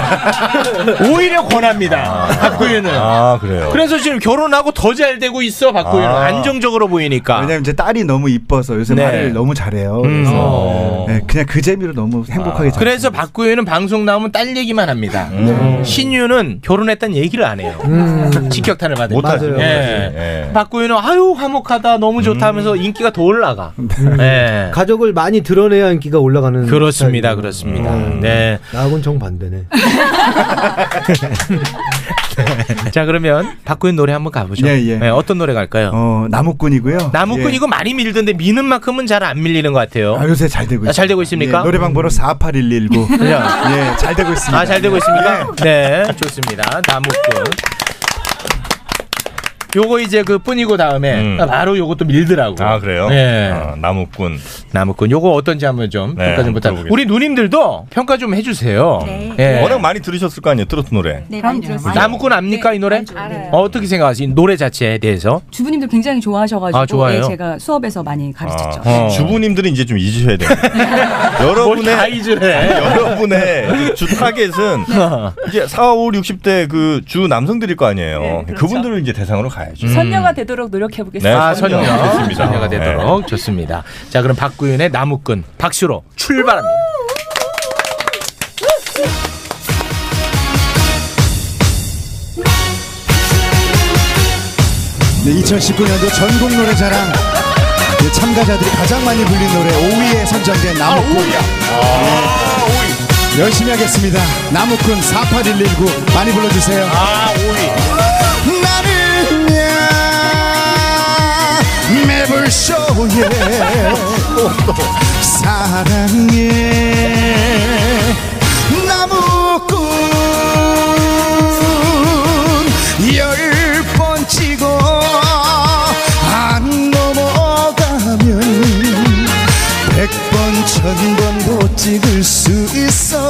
Speaker 9: 오히려 권합니다. 박구유는.
Speaker 10: 아 그래요.
Speaker 9: 그래서 지금 결혼하고 더 잘 되고 있어 박구유는
Speaker 3: 아.
Speaker 9: 안정적으로 보이니까.
Speaker 3: 그러니까. 왜냐면 이제 딸이 너무 이뻐서 요새
Speaker 9: 네.
Speaker 3: 말을 너무 잘해요.
Speaker 10: 음. 어.
Speaker 3: 그래서 네, 그냥 그 재미로 너무
Speaker 10: 아.
Speaker 3: 행복하게 잘.
Speaker 9: 그래서 박구유는 방송 나오면 딸 얘기만 합니다. 신유는 결혼했다는 얘기를 안 해요. 직격탄을 받으니까.
Speaker 10: 못하죠.
Speaker 9: 예. 박구유는 아유 화목하다 너무 좋다 하면서 인기가 더 올라가. 네.
Speaker 12: 가족을 많이 드러내야 인기가 올라가는 음.
Speaker 9: 그렇습니다, 그렇습니다. 네.
Speaker 12: 나하고는 정반대네.
Speaker 9: 자 그러면 박구윤 노래 한번 가보죠.
Speaker 3: 예, 예.
Speaker 9: 네, 어떤 노래 갈까요?
Speaker 3: 어, 나무꾼이고요.
Speaker 9: 나무꾼
Speaker 3: 예.
Speaker 9: 이거 많이 밀던데 미는 만큼은 잘 안 밀리는 것 같아요.
Speaker 3: 아, 요새 잘 되고
Speaker 9: 아, 잘 되고 있습니까?
Speaker 3: 예, 노래방
Speaker 10: 음.
Speaker 3: 번호 48119.
Speaker 9: 그냥.
Speaker 3: 예, 잘 되고 있습니다.
Speaker 9: 네. 아 잘 되고 있습니까? 네, 좋습니다. 나무꾼. 요거 이제 그 뿌니고 다음에 바로 요것도 밀더라고.
Speaker 10: 아 그래요?
Speaker 9: 네.
Speaker 10: 아, 나무꾼.
Speaker 9: 나무꾼. 요거 어떤지 한번 좀 평가 좀 부탁. 우리 누님들도 평가 좀 해주세요.
Speaker 10: 네.
Speaker 9: 예.
Speaker 10: 워낙 많이 들으셨을 거 아니에요 트로트 노래.
Speaker 18: 네, 많이 들었어요.
Speaker 9: 나무꾼 압니까 이
Speaker 15: 네,
Speaker 9: 노래? 어, 어떻게 생각하세요? 이 노래 자체에 대해서?
Speaker 18: 주부님들 굉장히 좋아하셔가지고
Speaker 9: 아, 좋아요?
Speaker 18: 예,
Speaker 15: 네,
Speaker 18: 제가 수업에서 많이 가르쳤죠.
Speaker 10: 아, 주부님들은 이제 좀 잊으셔야 돼요. 여러분의
Speaker 9: 네.
Speaker 10: 여러분의 그 주 타겟은 이제 4, 5, 60대 그 주 남성들일 거 아니에요. 그분들을 이제 대상으로
Speaker 16: 네,
Speaker 10: 가야죠.
Speaker 16: 그렇죠. 음. 선녀가 되도록 노력해 보겠습니다.
Speaker 9: 아, 선녀.
Speaker 10: 좋습니다.
Speaker 9: 선녀가 되도록
Speaker 10: 네.
Speaker 9: 좋습니다. 자, 그럼 박구윤의 나무꾼 박수로 출발합니다.
Speaker 13: 네, 2019년도 전국 노래자랑
Speaker 3: 그
Speaker 13: 네, 참가자들이 가장 많이 불린 노래 5위에 선정된
Speaker 9: 아,
Speaker 13: 나무꾼. 네. 열심히 하겠습니다. 나무꾼 48119 많이 불러주세요.
Speaker 6: 나는야 매불쇼에 사랑해 나무꾼 열 번 찍어 안 넘어가면 백 번 천 번 못 찍을 수 있어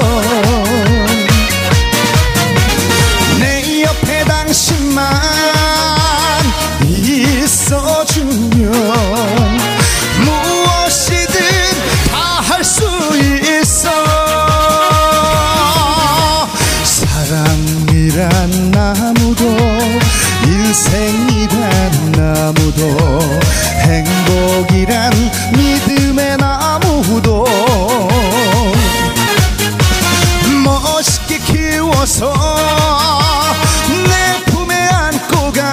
Speaker 6: 내 옆에 당신만 있어주면 무엇이든 다 할 수 있어 사랑이란 나무도 인생이란 나무도 행복이란 믿음의 나무도 멋있게 키워서 내 품에 안고 가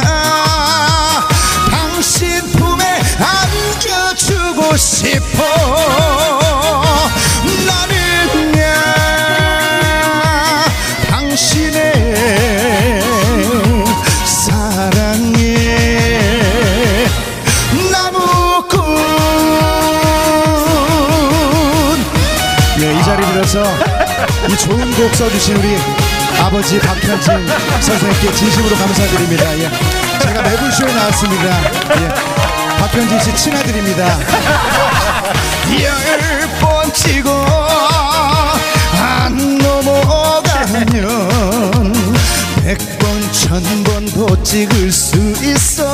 Speaker 6: 당신 품에 안겨주고 싶어 나는야 당신의 사랑에 나무꾼
Speaker 13: 네, 이 자리 빌어서 이 좋은 곡 써주신 우리 아버지 박현진 선생님께 진심으로 감사드립니다. 예. 제가 매불쇼에 나왔습니다. 예. 박현진 씨 친아들입니다.
Speaker 6: 열 번 치고 안 넘어가면 백 번 천 번 더 찍을 수 있어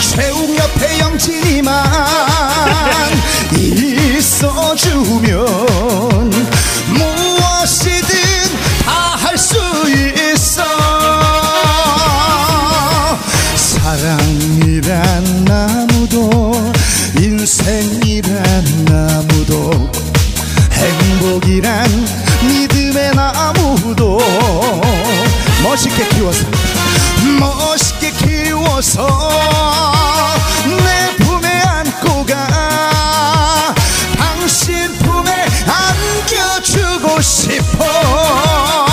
Speaker 6: 최욱 옆에 영진이만 있어주면 무엇이든 다 할 수 있어
Speaker 13: 사랑이란 나무도 인생이란 나무도
Speaker 6: 행복이란 믿음의 나무도 멋있게 키워서 멋있게 키워서 내 품에 안고 가 당신 품에 안겨주고 싶어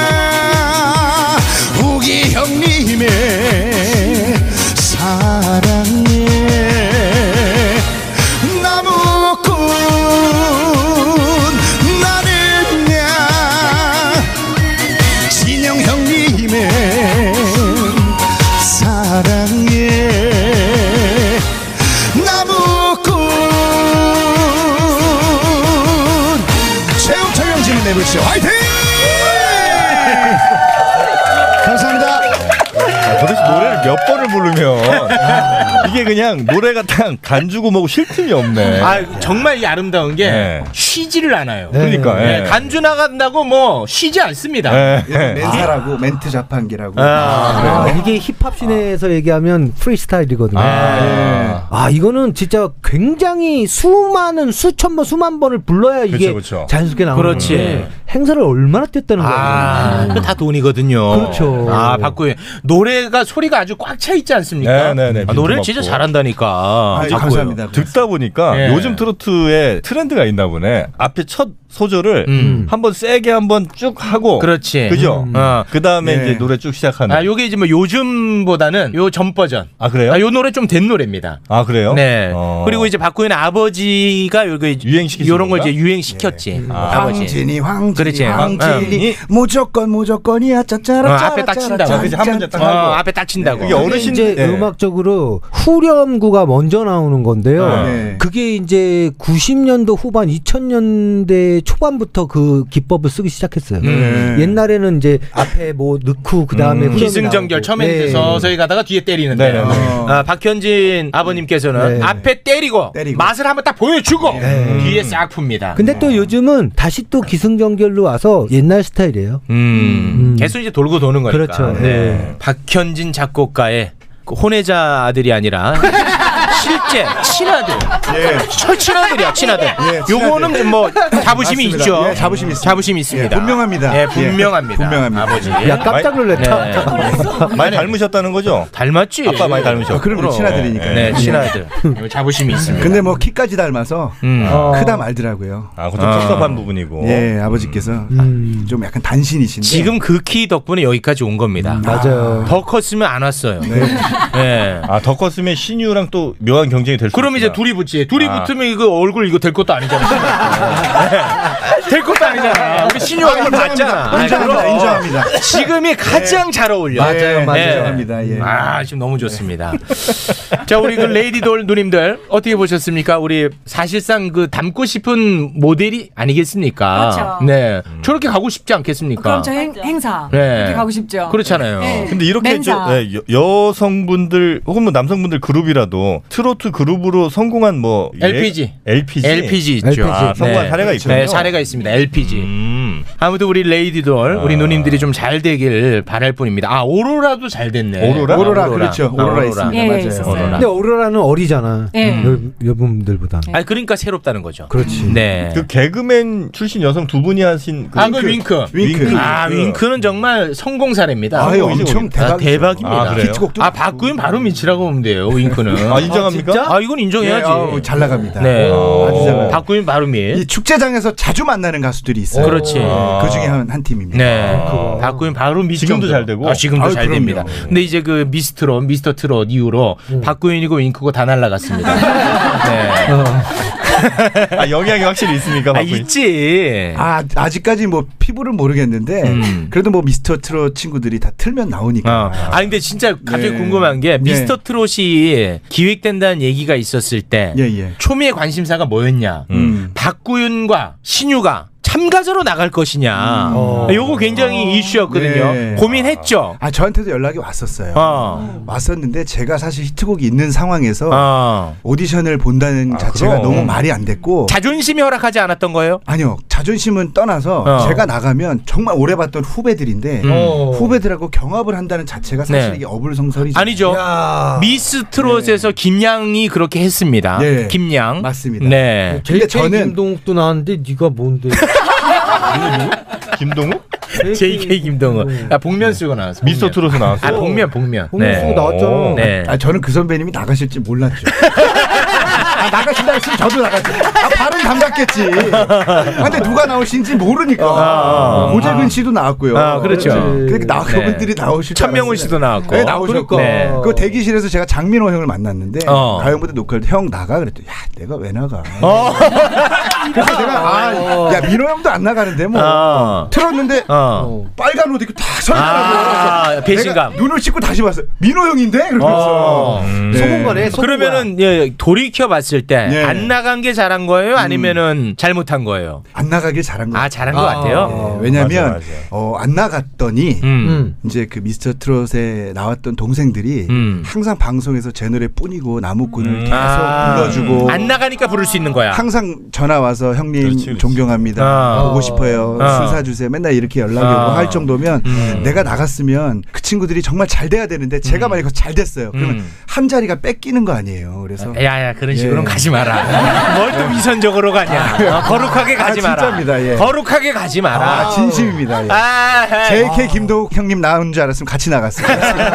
Speaker 6: 나는야 우기 형님의 사랑해 나무꾼 나는야 진영 형님의 사랑해 나무꾼 최욱 정영진의 매불쇼 화이팅
Speaker 13: 감사합니다
Speaker 10: 아, 도대체 노래를 몇 번을 부르면 이게 그냥 노래가 딱 간주고 뭐고 쉴 틈이 없네.
Speaker 9: 아, 정말 이 아름다운 게
Speaker 10: 네.
Speaker 9: 쉬지를 않아요.
Speaker 10: 네. 그러니까, 예.
Speaker 9: 간주 나간다고 뭐 쉬지 않습니다.
Speaker 3: 예, 멘사라고 멘트 자판기라고.
Speaker 9: 아,
Speaker 3: 그래요?
Speaker 12: 이게 힙합 시내에서 얘기하면 프리스타일이거든요.
Speaker 3: 아,
Speaker 12: 아,
Speaker 3: 예.
Speaker 12: 이거는 진짜 굉장히 수많은 수천 번 수만 번을 불러야 이게
Speaker 9: 그쵸, 그쵸.
Speaker 12: 자연스럽게 나오는
Speaker 9: 그렇지. 예.
Speaker 12: 건데 행사를 얼마나 뛰었다는
Speaker 9: 아,
Speaker 12: 거예요.
Speaker 9: 그거 다 돈이거든요.
Speaker 12: 그렇죠.
Speaker 9: 아, 박구윤. 노래가 소리가 아주 꽉 차 있지 않습니까? 아, 노래를 진짜
Speaker 3: 아, 예,
Speaker 9: 잘한다니까. 박구윤.
Speaker 10: 듣다 보니까
Speaker 9: 예.
Speaker 10: 요즘 트로트에 트렌드가 있나 보네. 앞에 첫 소절을 한번 세게 한번 쭉 하고
Speaker 9: 음. 그렇지.
Speaker 10: 그죠?
Speaker 9: 음. 어.
Speaker 10: 그다음에
Speaker 9: 네.
Speaker 10: 이제 노래 쭉 시작하는
Speaker 9: 아, 요게 이제 뭐 요즘보다는 요 전 버전.
Speaker 10: 아, 그래요?
Speaker 9: 아, 요 노래 좀 된 노래입니다.
Speaker 10: 아 그래요?
Speaker 9: 네.
Speaker 10: 어.
Speaker 9: 그리고 이제 박구현 아버지가 요게 유행시키 요런 걸 이제 유행시켰지. 아. 버지
Speaker 3: 황진이 황진이
Speaker 9: 그렇지.
Speaker 3: 황진이
Speaker 9: 음.
Speaker 3: 무조건 무조건이야 짜짜라
Speaker 9: 어,
Speaker 3: 짜라
Speaker 9: 앞에 딱
Speaker 3: 짜라,
Speaker 9: 친다고.
Speaker 3: 짜라,
Speaker 9: 그치, 한 문제 딱
Speaker 3: 짜라.
Speaker 9: 하고. 어, 앞에 딱 친다고.
Speaker 3: 네.
Speaker 9: 그게
Speaker 12: 그게
Speaker 9: 어르신-
Speaker 12: 이제
Speaker 9: 네.
Speaker 12: 음악적으로 후렴구가 먼저 나오는 건데요.
Speaker 9: 아, 네.
Speaker 12: 그게 이제 90년도 후반 2000년대 초반부터 그 기법을 쓰기 시작했어요.
Speaker 9: 네.
Speaker 12: 옛날에는 이제 앞에 뭐 넣고 그다음에 후렴이
Speaker 9: 기승전결
Speaker 12: 나오고.
Speaker 9: 처음에
Speaker 12: 네.
Speaker 9: 이제 서서히 가다가 뒤에 때리는데
Speaker 12: 네, 네, 네.
Speaker 9: 아, 박현진 아버님께서는
Speaker 12: 네.
Speaker 9: 앞에 때리고, 네. 음. 맛을 한번 딱 보여주고 뒤에 싹 풉니다.
Speaker 12: 근데 또 요즘은 다시 또 기승전결로 와서 옛날 스타일이에요.
Speaker 9: 음. 계속 이제 돌고 도는 거니까.
Speaker 12: 그렇죠.
Speaker 9: 네. 박현진 작곡가의 그 혼외자 아들이 아니라 실제 친아들.
Speaker 6: 예.
Speaker 9: 철 친아들이야 친아들. 요거는 좀 뭐 자부심이
Speaker 3: 맞습니다.
Speaker 9: 있죠.
Speaker 3: 예, 자부심이 있습니다.
Speaker 9: 자부심이 있습니다.
Speaker 3: 예, 분명합니다.
Speaker 9: 예, 분명합니다.
Speaker 3: 예, 분명합니다.
Speaker 9: 아버지.
Speaker 3: 야, 깜짝 놀랐다.
Speaker 9: 네.
Speaker 3: 깜짝
Speaker 10: 아, 많이 닮으셨다는 거죠?
Speaker 9: 닮았지.
Speaker 10: 아빠 많이 닮으셨고.
Speaker 3: 아, 그럼 우리 친아들이니까요.
Speaker 9: 네,
Speaker 3: 예.
Speaker 9: 친아들. 자부심이 있습니다.
Speaker 3: 근데 뭐 키까지 닮아서
Speaker 9: 음.
Speaker 3: 어. 크다 말더라고요. 어.
Speaker 10: 아, 그거 좀 섭섭한 부분이고.
Speaker 3: 예, 아버지께서 좀 약간 단신이신데.
Speaker 9: 음. 지금 그 키 덕분에 여기까지 온 겁니다.
Speaker 3: 음,
Speaker 12: 맞아요.
Speaker 9: 더 컸으면 안 왔어요.
Speaker 10: 네.
Speaker 9: 네.
Speaker 10: 아, 더 컸으면 신유랑 또 묘한 경쟁이 될 수.
Speaker 9: 그럼 이제 둘이 붙지. 둘이
Speaker 10: 아.
Speaker 9: 붙으면 이거 얼굴 이거 될 것도 아니잖아. 네. 될 것도 아니잖아. 우리 신유가 이걸
Speaker 3: 인정합니다.
Speaker 9: 봤잖아. 아이,
Speaker 3: 인정합니다.
Speaker 9: 그럼.
Speaker 3: 인정합니다.
Speaker 9: 지금이 가장 잘 어울려.
Speaker 3: 맞아요, 맞아요.
Speaker 9: 네.
Speaker 3: 인정합니다. 예.
Speaker 9: 아, 지금 너무 좋습니다. 자, 우리 그 레이디돌 누님들 어떻게 보셨습니까? 우리 사실상 그 닮고 싶은 모델이 아니겠습니까?
Speaker 14: 그렇죠.
Speaker 9: 네.
Speaker 3: 음.
Speaker 9: 저렇게 가고 싶지 않겠습니까?
Speaker 14: 그럼 저 행, 행사
Speaker 9: 그러니까. 네.
Speaker 14: 이렇게 가고 싶죠.
Speaker 9: 그렇잖아요.
Speaker 14: 네.
Speaker 10: 근데 이렇게
Speaker 14: 맹자.
Speaker 10: 좀 예, 여, 여성분들 혹은 뭐 남성분들 그룹이라도 트로트 그룹으로 성공한 뭐 예-
Speaker 9: LPG.
Speaker 10: LPG
Speaker 9: LPG 있죠.
Speaker 10: 아, 성공한
Speaker 9: 네.
Speaker 10: 사례가 있군요.
Speaker 9: 네, 사례가 있습니다. LPG.
Speaker 12: 음.
Speaker 9: 아무튼 우리 레이디돌, 우리 누님들이 좀 잘 되길 바랄 뿐입니다. 아, 오로라도 잘 됐네.
Speaker 12: 오로라? 오로라, 그렇죠. 오로라 있습니다.
Speaker 9: 예,
Speaker 12: 맞아요.
Speaker 9: 있었어요. 오로라.
Speaker 12: 근데 오로라는 어리잖아. 음.
Speaker 9: 예.
Speaker 12: 여, 여분들보다.
Speaker 9: 아니, 그러니까 새롭다는 거죠.
Speaker 12: 그렇지.
Speaker 9: 네.
Speaker 10: 그 개그맨 출신 여성 두 분이 하신 그
Speaker 9: 아, 그 윙크.
Speaker 10: 윙크.
Speaker 9: 아, 윙크는 정말 성공 사례입니다.
Speaker 10: 아유, 엄청 대박이죠.
Speaker 9: 아, 대박입니다.
Speaker 10: 아, 그래요? 히트곡도
Speaker 9: 아, 바꾸면 바로 미치라고 하면 돼요, 윙크는.
Speaker 10: 아, 인정합니까?
Speaker 9: 아, 진짜? 아, 이건 인정해야지.
Speaker 3: 예, 아우, 잘 나갑니다.
Speaker 9: 네.
Speaker 3: 어, 아주 잘 나가요.
Speaker 9: 바꾸면 바로 미.
Speaker 3: 이 축제장에서 자주 만나는 가수들이 있어요.
Speaker 9: 그렇지. 아.
Speaker 3: 그 중에 한, 한 팀입니다. 아,
Speaker 9: 네. 박구인 바로 미스
Speaker 3: 지금도
Speaker 9: 정도.
Speaker 3: 잘 되고?
Speaker 9: 아, 지금도
Speaker 3: 아유,
Speaker 9: 잘
Speaker 3: 그럼요.
Speaker 9: 됩니다. 근데 이제 그 미스트롯, 미스터 트롯 이후로 박구인이고 윙크고 다 날라갔습니다. 네.
Speaker 10: 아, 영향이 확실히 있습니까?
Speaker 9: 아, 있지.
Speaker 3: 아, 아직까지 뭐 피부를 모르겠는데 그래도 뭐 미스터 트롯 친구들이 다 틀면 나오니까.
Speaker 9: 음. 아 근데 진짜 갑자기
Speaker 3: 네.
Speaker 9: 궁금한 게 미스터 트롯이 기획된다는 얘기가 있었을 때
Speaker 3: 예, 예. 음.
Speaker 9: 초미의 관심사가 뭐였냐? 박구윤과 신유가 참가자로 나갈 것이냐? 요거 굉장히 이슈였거든요.
Speaker 3: 음. 어. 네.
Speaker 9: 고민했죠.
Speaker 3: 아, 저한테도 연락이 왔었어요.
Speaker 9: 어.
Speaker 3: 왔었는데 제가 사실 히트곡이 있는 상황에서
Speaker 9: 어.
Speaker 3: 오디션을 본다는 자체가
Speaker 9: 아, 그럼.
Speaker 3: 너무 말이 안 됐고
Speaker 9: 자존심이 허락하지 않았던 거예요?
Speaker 3: 아니요. 자존심은 떠나서
Speaker 9: 어.
Speaker 3: 제가 나가면 정말 오래 봤던 후배들인데
Speaker 9: 음.
Speaker 3: 후배들하고 경합을 한다는 자체가 사실
Speaker 9: 네.
Speaker 3: 이게 어불성설이죠.
Speaker 9: 아니죠. 미스 트롯에서 김양이 그렇게 했습니다.
Speaker 3: 예.
Speaker 9: 김양.
Speaker 3: 네. 맞습니다.
Speaker 9: 네.
Speaker 12: 근데 저는 김동욱도 나왔는데 네가 뭔데?
Speaker 10: 김동욱?
Speaker 9: JK 김동욱. 아, 복면 쓰고 나왔어.
Speaker 10: 미스터 트롯에 나왔어.
Speaker 9: 아, 복면, 복면.
Speaker 3: 네. 복면 쓰고 나왔잖아.
Speaker 9: 네.
Speaker 3: 아, 저는 그 선배님이 나가실지 몰랐죠. 아, 나가신다 했으면 저도 나갔지. 아, 발은 담갔겠지. 아, 근데 누가 나오신지 모르니까.
Speaker 9: 아.
Speaker 3: 오재근 씨도 나왔고요.
Speaker 9: 아, 그렇죠.
Speaker 3: 그러니까 나,
Speaker 9: 네.
Speaker 3: 그분들이 나오실 줄
Speaker 9: 천명훈
Speaker 3: 알았어요.
Speaker 9: 씨도 나왔고.
Speaker 3: 네, 나오셨고.
Speaker 9: 네.
Speaker 3: 그 대기실에서 제가 장민호 형을 만났는데,
Speaker 9: 어.
Speaker 3: 가요부대 녹화할 때 형 나가 그랬더니, 야, 내가 왜 나가.
Speaker 9: 어.
Speaker 3: 그래서 내가, 아, 야, 민호 형도 안 나가는데 뭐.
Speaker 9: 어.
Speaker 3: 틀었는데,
Speaker 9: 어.
Speaker 3: 빨간 옷 입고 다 설명하고.
Speaker 9: 아,
Speaker 3: 내가
Speaker 9: 배신감.
Speaker 3: 눈을 씻고 다시 봤어요. 민호 형인데? 그러면서.
Speaker 9: 어.
Speaker 3: 네.
Speaker 9: 그러면은 예, 돌이켜 봤을 때
Speaker 3: 예.
Speaker 9: 안 나간 게 잘한
Speaker 10: 음.
Speaker 9: 거예요? 아니면은 잘못한 거예요?
Speaker 3: 안 나가길 잘한 거
Speaker 9: 아, 잘한 것 같아요.
Speaker 3: 예, 왜냐면
Speaker 9: 맞아, 맞아.
Speaker 3: 어, 안 나갔더니
Speaker 9: 음.
Speaker 3: 이제 그 미스터 트롯에 나왔던 동생들이
Speaker 9: 음.
Speaker 3: 항상 방송에서 제 노래 뿐이고 나무꾼을 계속
Speaker 9: 아.
Speaker 3: 불러주고
Speaker 9: 안 나가니까 부를 수 있는 거야.
Speaker 3: 항상 전화 와서 형님 존경합니다
Speaker 9: 아.
Speaker 3: 보고 싶어요
Speaker 9: 아.
Speaker 3: 술 사주세요 맨날 이렇게 연락이 오고
Speaker 9: 아.
Speaker 3: 할 정도면
Speaker 9: 음.
Speaker 3: 내가 나갔으면 그 친구들이 정말 잘 돼야 되는데 제가 만약에 잘 됐어요 그러면
Speaker 9: 음.
Speaker 3: 한 자리가 뺏기는 거 아니에요 그래서 예.
Speaker 9: 야야 그런 식으로는 가지 마라. 뭘 또 위선적으로 가냐. 어, 거룩하게
Speaker 3: 아,
Speaker 9: 가지 마라.
Speaker 3: 진짜입니다, 예.
Speaker 9: 거룩하게 가지 마라.
Speaker 3: 아, 진심입니다. 예.
Speaker 9: 아,
Speaker 3: JK 김도욱 형님 나온 줄 알았으면 같이 나갔어요.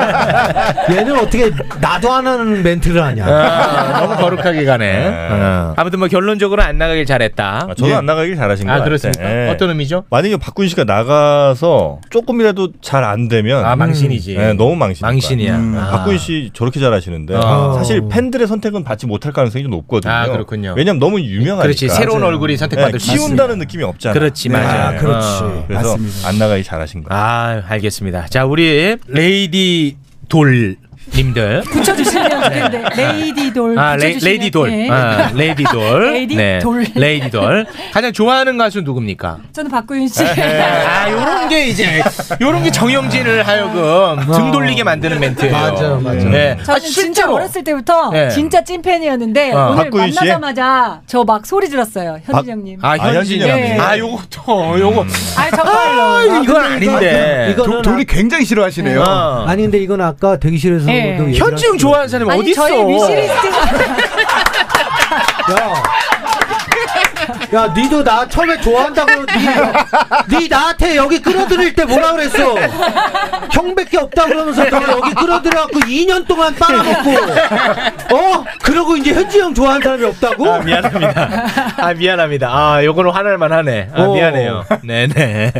Speaker 12: 얘는 어떻게 나도 안 하는 멘트를
Speaker 9: 아, 너무 거룩하게 가네. 어. 아무튼 뭐 결론적으로 안 나가길 잘했다.
Speaker 10: 저도 안 나가길 잘하신 것
Speaker 9: 아,
Speaker 10: 같아요.
Speaker 9: 그렇습니까?
Speaker 10: 예.
Speaker 9: 어떤 의미죠?
Speaker 10: 만약에 박군 씨가 나가서 조금이라도 잘 안 되면
Speaker 9: 아, 망신이지.
Speaker 10: 음, 예, 너무 망신.
Speaker 9: 망신이야. 아.
Speaker 10: 박군 씨 저렇게 잘하시는데
Speaker 9: 어.
Speaker 10: 사실 팬들의 선택은 받지 못할 가능성이 좀 높거든요.
Speaker 9: 아, 그렇군요.
Speaker 10: 왜냐면 너무 유명하니까.
Speaker 9: 그렇지, 새로운 얼굴이 선택받을
Speaker 10: 예,
Speaker 9: 수
Speaker 10: 키운다는
Speaker 9: 있으니까.
Speaker 10: 느낌이 없잖아. 네. 어.
Speaker 9: 그렇지, 맞아요. 아, 그렇지.
Speaker 10: 그래서
Speaker 9: 맞습니다.
Speaker 10: 안 나가기 잘하신 거.
Speaker 9: 아, 알겠습니다. 자, 우리 레이디 돌 님들.
Speaker 17: 붙여주시면 좋겠는데 레이디 돌
Speaker 9: 네. 아, 레,
Speaker 17: 붙여주시면
Speaker 9: 레이디 돌.
Speaker 17: 예.
Speaker 9: 아, 레이디 돌. 네.
Speaker 17: 레이디 돌.
Speaker 9: 레이디 돌. 가장 좋아하는 가수 누굽니까?
Speaker 17: 저는 박구윤 씨
Speaker 9: 아, 요런 게 이제 요런 게 정영진을 하여금 등 돌리게 만드는 멘트예요. 아. 맞아요, 맞아요. 네.
Speaker 17: 저는 진짜 어렸을 때부터
Speaker 9: 네.
Speaker 17: 진짜 찐팬이었는데
Speaker 9: 어,
Speaker 17: 오늘
Speaker 9: 박구윤 씨의?
Speaker 17: 만나자마자 저 막 소리 질렀어요 현진 형님
Speaker 9: 아, 현진이
Speaker 17: 아,
Speaker 9: 형님.
Speaker 17: 예.
Speaker 9: 아, 음. 요것도 요거.
Speaker 17: 아 정말로
Speaker 9: 아, 이건 아닌데.
Speaker 12: 이거는
Speaker 9: 도-
Speaker 12: 아-
Speaker 3: 굉장히 싫어하시네요.
Speaker 12: 아. 니 근데 이건 아까 대기실에서도 뭐
Speaker 17: 예.
Speaker 12: 얘기를
Speaker 9: 현지 형 좋아하는 사람이
Speaker 17: 아니
Speaker 9: 어디 있어?
Speaker 17: 저희 위시리스트
Speaker 12: 하시- 야, 니도 나 처음에 좋아한다고 니, 니 나한테 여기 끌어들일 때 뭐라 그랬어? 형밖에 없다 그러면서 내가 여기 끌어들여갖고 2년 동안 빨아먹고 어? 그러고 이제 현지 형 좋아하는 사람이 없다고?
Speaker 9: 아, 미안합니다. 아, 미안합니다. 아, 요거는 화날 만하네. 아,
Speaker 12: 오.
Speaker 9: 미안해요. 네, 네.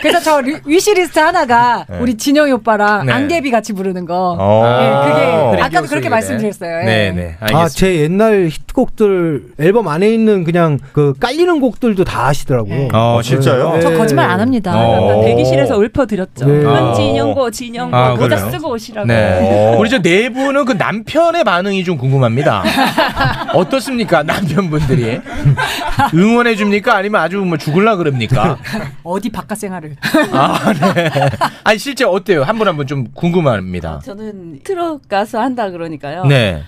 Speaker 17: 그래서 저 리- 위시리스트 하나가
Speaker 9: 네.
Speaker 17: 우리 진영이 오빠랑
Speaker 9: 네.
Speaker 17: 안개비 같이 부르는 거
Speaker 9: 어.
Speaker 17: 예, 그게
Speaker 9: 그래,
Speaker 17: 아까도 그렇게
Speaker 9: 기억속이네.
Speaker 17: 말씀드렸어요 예.
Speaker 9: 네, 네. 알겠습니다.
Speaker 12: 아, 제 옛날 히트곡들 앨범 안에 있는 그냥 그 깔리는 곡들도 다 아시더라고요.
Speaker 9: 어, 진짜요?
Speaker 12: 네.
Speaker 16: 저 거짓말 안 합니다.
Speaker 9: 어.
Speaker 16: 대기실에서 읊어드렸죠. 뭐
Speaker 12: 네.
Speaker 16: 현진영고 진영고
Speaker 9: 아,
Speaker 16: 모자
Speaker 9: 그래요?
Speaker 16: 쓰고 오시라고.
Speaker 9: 네. 우리 저 네 분은 그 남편의 반응이 좀 궁금합니다. 어떻습니까? 남편분들이. 응원해 줍니까? 아니면 아주 뭐 죽을라 그럽니까?
Speaker 17: 어디 바깥 생활을
Speaker 9: 아, 네. 아니, 실제 어때요? 한 분 한 분 좀 궁금합니다.
Speaker 4: 저는 트럭 가수 한다 그러니까요.
Speaker 9: 네.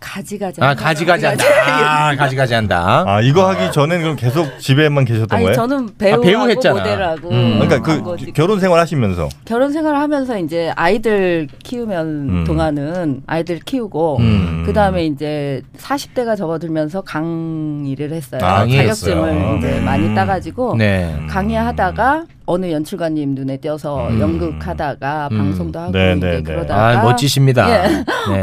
Speaker 4: 가지가지.
Speaker 9: 아, 가지가지 한다.
Speaker 4: 네.
Speaker 9: 아, 가지가지 한다.
Speaker 10: 아, 이거 하기 전엔 그럼 계속 집에만 계셨던
Speaker 4: 아니
Speaker 10: 거예요?
Speaker 4: 저는 배우하고 모델하고
Speaker 9: 음.
Speaker 10: 그러니까
Speaker 4: 한
Speaker 10: 그
Speaker 4: 거지.
Speaker 10: 결혼 생활 하시면서
Speaker 4: 결혼 생활을 하면서 이제 아이들 키우면
Speaker 10: 음.
Speaker 4: 동안은 아이들 키우고
Speaker 10: 음.
Speaker 4: 그다음에 이제 40대가 접어들면서 강의를 했어요.
Speaker 9: 아, 강의했어요.
Speaker 4: 자격증을 이제
Speaker 9: 음.
Speaker 4: 많이 따가지고
Speaker 9: 네.
Speaker 10: 음.
Speaker 4: 강의하다가 어느 연출가님 눈에 띄어서
Speaker 9: 음.
Speaker 4: 연극하다가
Speaker 9: 음.
Speaker 4: 방송도 하고
Speaker 9: 네,
Speaker 4: 이제
Speaker 9: 네, 네.
Speaker 4: 그러다가
Speaker 9: 아, 멋지십니다.
Speaker 4: 예.
Speaker 9: 네.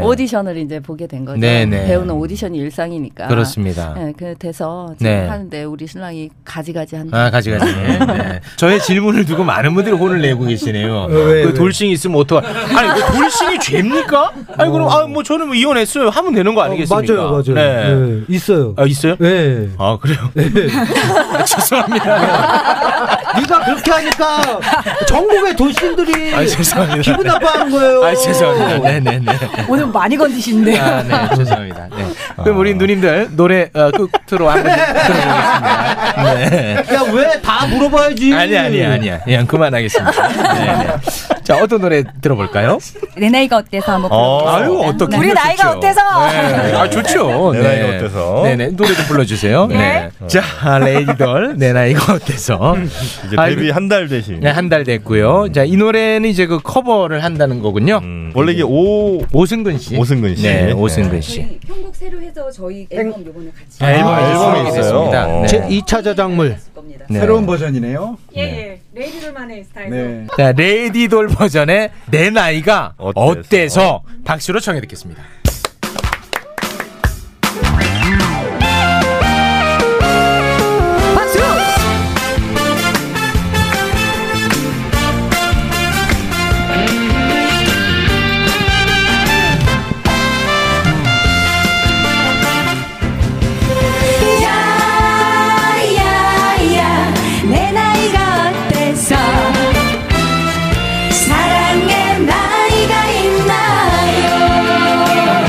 Speaker 4: 오디션을 이제 보게 된 거죠.
Speaker 9: 네, 네.
Speaker 4: 배우는 오디션이 일상이니까.
Speaker 9: 그렇습니다.
Speaker 4: 예, 그 돼서 지금
Speaker 9: 네.
Speaker 4: 하는데 우리 신랑이 가지가지 한다.
Speaker 9: 아, 가지가지. 네. 저의 질문을 두고 많은 분들이 혼을 내고 계시네요.
Speaker 12: 어, 왜,
Speaker 9: 그 돌싱이 있으면 어떡하 아니, 그 돌싱이 죄입니까? 아니, 그럼, 아, 뭐, 저는 뭐 이혼했어요. 하면 되는 거 아니겠습니까?
Speaker 12: 맞아요, 맞아요.
Speaker 9: 네.
Speaker 12: 네, 있어요.
Speaker 9: 아, 있어요?
Speaker 12: 네.
Speaker 9: 아, 그래요? 죄송합니다.
Speaker 12: 네가 그렇게 하니까 전국의 돌싱들이
Speaker 9: 아, 죄송합니다.
Speaker 12: 기분 나빠하는 거예요.
Speaker 9: 아, 죄송합니다. 네네네.
Speaker 17: 오늘 많이 건드시는데요
Speaker 9: 아, 네, 죄송합니다. 네.
Speaker 12: 아.
Speaker 9: 그럼 우리 누님들 노래 어, 끝으로 한번 들어보겠습니다. 네.
Speaker 12: 야 왜 다 물어봐야지.
Speaker 9: 아니, 아니, 아니야. 그냥 그만하겠습니다. 네, 네. 자, 어떤 노래 들어볼까요?
Speaker 15: 내 나이가 어때서 한번
Speaker 9: 어,
Speaker 15: 불러보세요.
Speaker 9: 아유, 어떻게.
Speaker 15: 우리
Speaker 9: 이거
Speaker 15: 나이가
Speaker 9: 좋죠.
Speaker 15: 어때서?
Speaker 9: 네. 아, 좋죠.
Speaker 10: 내 나이가 어때서?
Speaker 9: 네네. 노래 좀 불러주세요. 네. 자, 레이디돌, 내 나이가 어때서? 아,
Speaker 10: 이제 데뷔 한 달 되신. 음.
Speaker 9: 네, 한 달 됐고요. 자, 이 노래는 이제 그 커버를 한다는 거군요.
Speaker 10: 원래 이게 오
Speaker 9: 오승근 씨.
Speaker 10: 오승근 씨.
Speaker 9: 네,
Speaker 10: 네.
Speaker 9: 오승근 씨.
Speaker 22: 편곡 새로 해서 저희 앨범 요번에 같이
Speaker 9: 아, 앨범이 있어요. 네.
Speaker 12: 제 2차 저작물.
Speaker 9: 네.
Speaker 3: 새로운 버전이네요.
Speaker 17: 예예 레이디돌만의 스타일
Speaker 3: 네.
Speaker 9: 자, 레이디돌 버전의 내 나이가 어때서, 박수로 청해 듣겠습니다.
Speaker 21: 박수! 야야야 내 나이가 어때서 사랑의 나이가 있나요 어,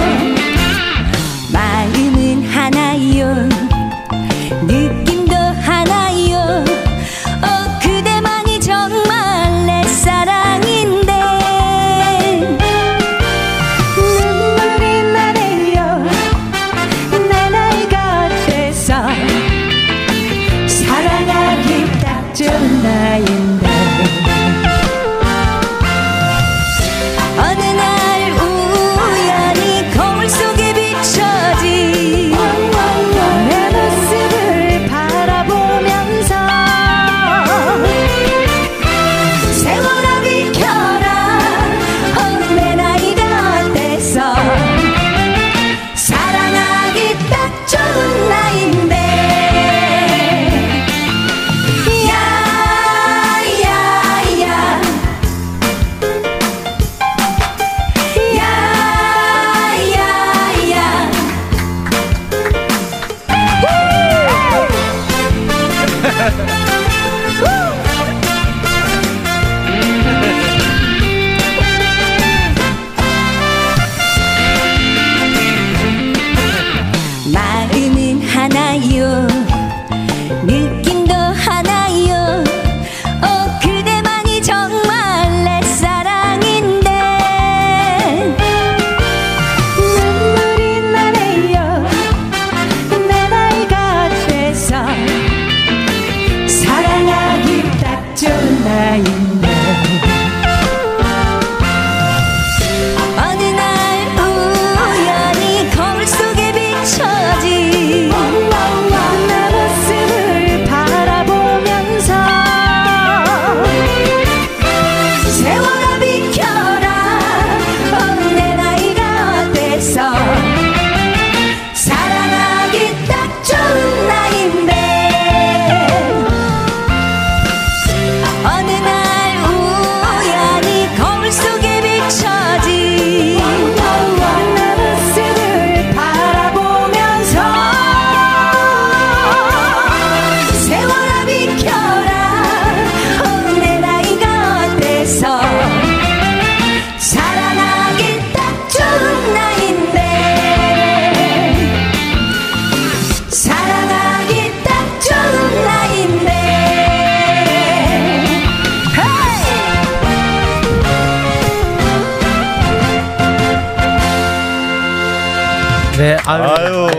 Speaker 21: 어,
Speaker 9: 네, 아유.
Speaker 10: 아유,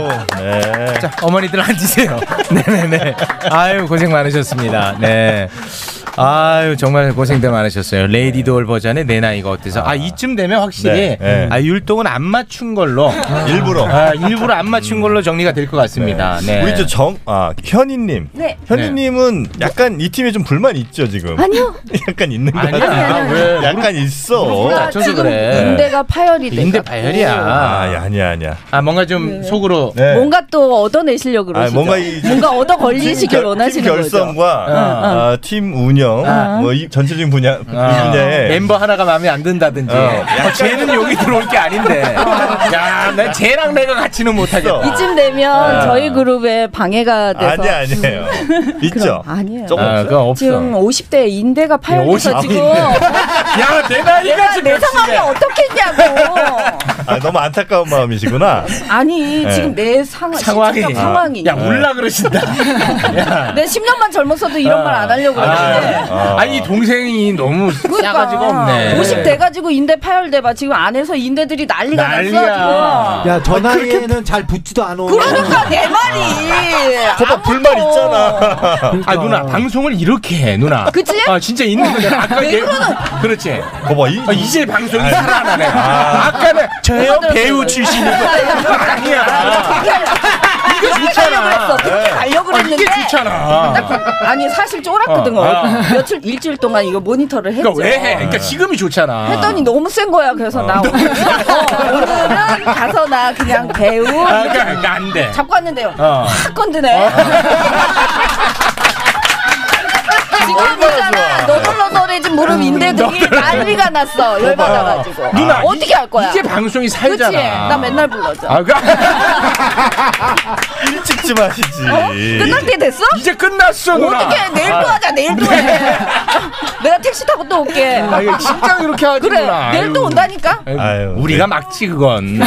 Speaker 10: 네.
Speaker 9: 자, 어머니들 앉으세요. 네네네. 아유, 고생 많으셨습니다. 네. 아유, 정말 고생들 많으셨어요. 레이디 돌 버전의 내 나이가 어때서. 아, 이쯤 되면 확실히,
Speaker 10: 네, 네.
Speaker 9: 아, 율동은 안 맞춘 걸로.
Speaker 10: 일부러.
Speaker 9: 아, 일부러 안 맞춘 걸로 정리가 될 것 같습니다. 네.
Speaker 10: 우리 저정아 현희님.
Speaker 9: 네.
Speaker 10: 현희님은 약간 이 팀에 좀 불만 있죠 지금.
Speaker 4: 아니요.
Speaker 10: 약간 있는 거
Speaker 9: 아니야,
Speaker 10: 같아.
Speaker 9: 아니야. 왜?
Speaker 10: 약간 있어.
Speaker 9: 우리 낮춰서 지금 그래.
Speaker 4: 인대가 파열이 돼.
Speaker 9: 인데 바열이야.
Speaker 10: 아, 아니야, 아니야. 네.
Speaker 9: 아, 뭔가 좀 속으로.
Speaker 4: 네. 뭔가 또 얻어내시려고
Speaker 10: 아,
Speaker 4: 그러시죠.
Speaker 10: 뭔가 이-
Speaker 4: 뭔가 얻어 걸리시길
Speaker 10: 팀
Speaker 4: 원하시는
Speaker 10: 결- 팀
Speaker 4: 거죠.
Speaker 10: 결성과 아, 팀 운영,
Speaker 4: 아.
Speaker 10: 뭐 이 전체적인 분야 이
Speaker 9: 아,
Speaker 10: 분야에
Speaker 9: 멤버 하나가 마음에 안 든다든지.
Speaker 10: 어,
Speaker 9: 야, 쟤는 여기 들어올 게 아닌데. 야, 난 쟤랑 내가 같이는 못하겠다.
Speaker 4: 이쯤 되면
Speaker 9: 뭐. 아.
Speaker 4: 저희 그룹에 방해가 돼서
Speaker 9: 아니야, 아니에요. 있죠?
Speaker 4: 아니에요.
Speaker 9: 조금 아, 없어요? 그건 없어.
Speaker 4: 지금 50대 인대가 파열돼서
Speaker 10: 50
Speaker 4: 지금
Speaker 9: 야, 내 나이가 지금
Speaker 4: 내 상황이 어떻겠냐고.
Speaker 10: 아, 너무 안타까운 마음이시구나.
Speaker 4: 아니
Speaker 10: 네.
Speaker 4: 지금 내 상황
Speaker 10: 상황이.
Speaker 4: 시청각 상황이.
Speaker 10: 야,
Speaker 9: 몰라 아. 그러신다.
Speaker 4: 내 10년만 젊었어도 이런 말 안 하려고 그러는데.
Speaker 9: 아, 아니, 이 동생이 너무 싸가지고 없네.
Speaker 4: 50 돼가지고 그러니까. 인대 파열돼봐. 지금 안에서 인대들이 난리가 났어.
Speaker 9: 난리야.
Speaker 11: 야, 저 나이에는 잘 붙지도 않아.
Speaker 4: 그러니까 내 말이.
Speaker 10: 저봐 불만 있잖아.
Speaker 9: 아,
Speaker 11: 그러니까.
Speaker 9: 누나, 방송을 이렇게 해, 누나.
Speaker 4: 그치?
Speaker 9: 아, 진짜 있는 거잖아. 아까 얘. 그렇지.
Speaker 10: 거봐, 이,
Speaker 9: 아, 이제 방송이 살아나네. 아, 아까는 저요 아, 예. 배우 출신이고. 아니야.
Speaker 4: 이게
Speaker 9: 좋잖아.
Speaker 4: 했어. 그렇게
Speaker 9: 네.
Speaker 4: 가려고
Speaker 9: 아,
Speaker 4: 했는데. 그-
Speaker 9: 이게 좋잖아.
Speaker 4: 아니 사실 쫄았거든.
Speaker 9: 어,
Speaker 4: 어,
Speaker 9: 아.
Speaker 4: 며칠 일주일 동안 이거 모니터를 했죠. 네.
Speaker 9: 그러니까 왜 해?
Speaker 10: 네.
Speaker 9: 그러니까 아. 지금이 좋잖아.
Speaker 4: 했더니 너무 센 거야. 그래서 나 오늘, 어, 오늘은 가서 나 그냥 배우
Speaker 9: 아, 그러니까, 그러니까 안 돼.
Speaker 4: 잡고 왔는데요.
Speaker 9: 어.
Speaker 4: 확 건드네. 지금 있잖아. 너덜너덜해진 무릎 인대들이 난리가 났어. 열받아가지고.
Speaker 9: 음, 누나,
Speaker 4: 어떻게 할 거야?
Speaker 9: 이제 방송이 살잖아.
Speaker 4: 그치? 나 맨날 불러줘.
Speaker 9: 아, 그,
Speaker 10: 일찍 좀 하시지.
Speaker 4: 어? 끝날 때 됐어?
Speaker 9: 예. 이제 끝났어, 누나.
Speaker 4: 어떻게 내일 또
Speaker 9: 아.
Speaker 4: 하자. 내일 또 해. 내가 택시 타고 또 올게.
Speaker 9: 아, 이거 진짜 그렇게 하지,
Speaker 4: 그래.
Speaker 9: 누나.
Speaker 4: 내일 또
Speaker 9: 아유.
Speaker 4: 온다니까.
Speaker 9: 아유, 네. 우리가 막지 그건.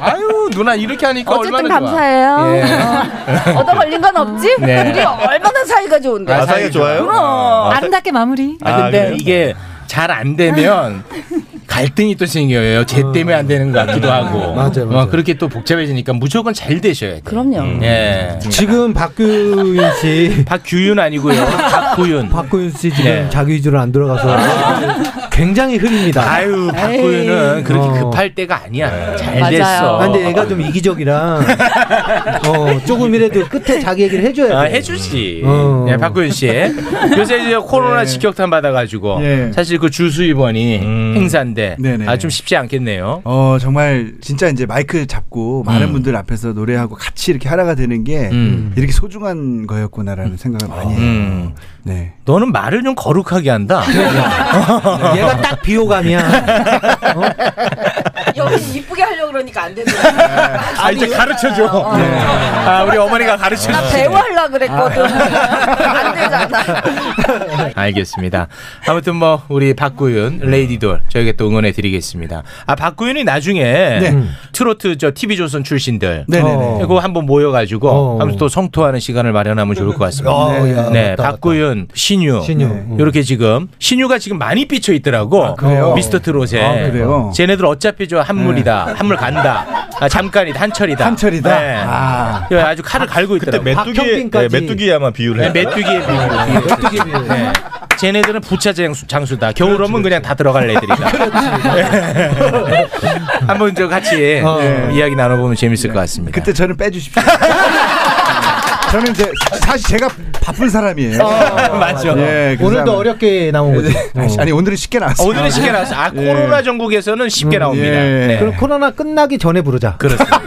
Speaker 9: 아유 누나 이렇게 하니까
Speaker 4: 어쨌든
Speaker 9: 얼마나 좋아.
Speaker 4: 감사해요.
Speaker 9: 예.
Speaker 4: 어. 얻어 걸린 건 없지?
Speaker 9: 네.
Speaker 4: 우리 얼마나 사이가 좋은데.
Speaker 9: 아, 사이가 좋아요?
Speaker 4: 그럼.
Speaker 9: 아,
Speaker 14: 아름답게 마무리.
Speaker 9: 아, 근데 이게 잘 안 되면 갈등이 또 생겨요. 쟤 때문에 안 되는 것 같기도 하고. 맞아요. 그렇게 또 복잡해지니까 무조건 잘 되셔야 돼.
Speaker 4: 그럼요.
Speaker 9: 예.
Speaker 12: 지금 박규윤 씨.
Speaker 9: 박규윤 아니고요. 박구윤.
Speaker 12: 박구윤 씨 지금
Speaker 9: 네.
Speaker 12: 자기 위주로 안 돌아가서 굉장히 흐립니다. 어.
Speaker 9: 아유, 박구윤은 그렇게 급할 때가 아니야. 잘 됐어.
Speaker 12: 아, 근데 얘가 좀 이기적이라 어, 조금이라도 끝에 자기 얘기를 해줘야 돼.
Speaker 9: 아, 해주지.
Speaker 12: 어.
Speaker 9: 예, 박구윤 씨. 요새 이제
Speaker 12: 네.
Speaker 9: 코로나 직격탄 받아가지고
Speaker 3: 예.
Speaker 9: 사실 그 주수입원이
Speaker 12: 음.
Speaker 9: 행사인데 아, 좀 쉽지 않겠네요.
Speaker 3: 어 정말 진짜 이제 마이크 잡고 많은
Speaker 9: 음.
Speaker 3: 분들 앞에서 노래하고 같이 이렇게 하나가 되는 게
Speaker 9: 음.
Speaker 3: 이렇게 소중한 거였구나라는 생각을 많이 해요.
Speaker 9: 음.
Speaker 3: 네.
Speaker 9: 너는 말을 좀 거룩하게 한다.
Speaker 12: 얘가 딱 비호감이야.
Speaker 3: 어?
Speaker 4: 여기 이쁘게 하려고 그러니까 안 되네.
Speaker 9: 아, 이제 가르쳐 줘.
Speaker 12: 네.
Speaker 9: 아, 우리 어머니가 가르쳐
Speaker 4: 나
Speaker 9: 주시네.
Speaker 4: 배우 하려 그랬거든. 안 되잖아.
Speaker 9: 알겠습니다. 아무튼 뭐 우리 박구윤 레이디돌 저에게 또 응원해 드리겠습니다. 아 박구윤이 나중에 음. 트로트 저 TV 조선 출신들
Speaker 3: 네. 음.
Speaker 9: 어.
Speaker 3: 네네네.
Speaker 9: 그거 한번 모여가지고 한번 또 성토하는 시간을 마련하면 좋을 것
Speaker 3: 어,
Speaker 9: 같습니다.
Speaker 3: 네.
Speaker 9: 네,
Speaker 3: 맞다, 맞다.
Speaker 9: 박구윤 신유, 이렇게 지금 신유가 지금 많이 삐쳐 있더라고.
Speaker 3: 아, 그래요?
Speaker 9: 미스터 트롯에
Speaker 3: 아, 그래요? 네.
Speaker 9: 쟤네들 어차피 저 한물이다, 한물 간다. 아, 잠깐이다, 한철이다.
Speaker 3: 한철이다?
Speaker 9: 네.
Speaker 3: 아.
Speaker 9: 주 칼을 갈고 있더라고.
Speaker 10: 메뚜기 네, 메뚜기에 아마 비유를
Speaker 9: 네,
Speaker 10: 했어요.
Speaker 9: 메뚜기의 비유. 메뚜기의 비유. 네. 쟤네들은 부차 장수, 장수다. 겨울오면 그냥 다 들어갈 애들이다. 한번 저 같이 예,
Speaker 10: 어.
Speaker 3: 네.
Speaker 9: 이야기 나눠보면 재밌을 것 같습니다.
Speaker 3: 그때 저는 빼주십시오. 저는 이제 사실 제가 바쁜 사람이에요.
Speaker 9: 어, 맞죠.
Speaker 3: 예, 그래서 네,
Speaker 12: 오늘도
Speaker 3: 아마-
Speaker 12: 어렵게 나온 거지.
Speaker 3: 아니, 아니 오늘은 쉽게 나왔어요.
Speaker 9: 네. 오늘은 쉽게 나왔어. 아,
Speaker 3: 예. 음,
Speaker 9: 코로나 전국에서는 쉽게 나옵니다. 네.
Speaker 12: 그럼 코로나 끝나기 전에 부르자.
Speaker 9: 그렇습니다.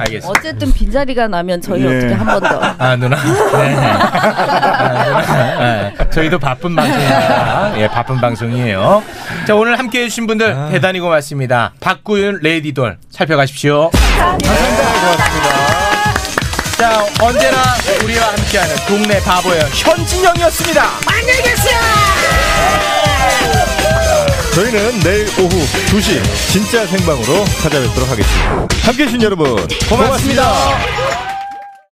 Speaker 9: 알겠습니다.
Speaker 4: 어쨌든 빈자리가 나면 저희
Speaker 9: 예.
Speaker 4: 어떻게 한 번 더.
Speaker 9: 아, 누나. 네. 아, 누나. 네. 저희도 바쁜 방송입니다. 예, 바쁜 방송이에요. 자, 오늘 함께 해주신 분들 대단히 고맙습니다. 박구윤 레이디돌 살펴가십시오. 자, 언제나 우리와 함께하는 동네 바보예요. 현진영이었습니다. 안녕히 계세요!
Speaker 10: 저희는 내일 오후 2시 진짜 생방으로 찾아뵙도록 하겠습니다. 함께 해주신 여러분 고맙습니다.
Speaker 9: 고맙습니다.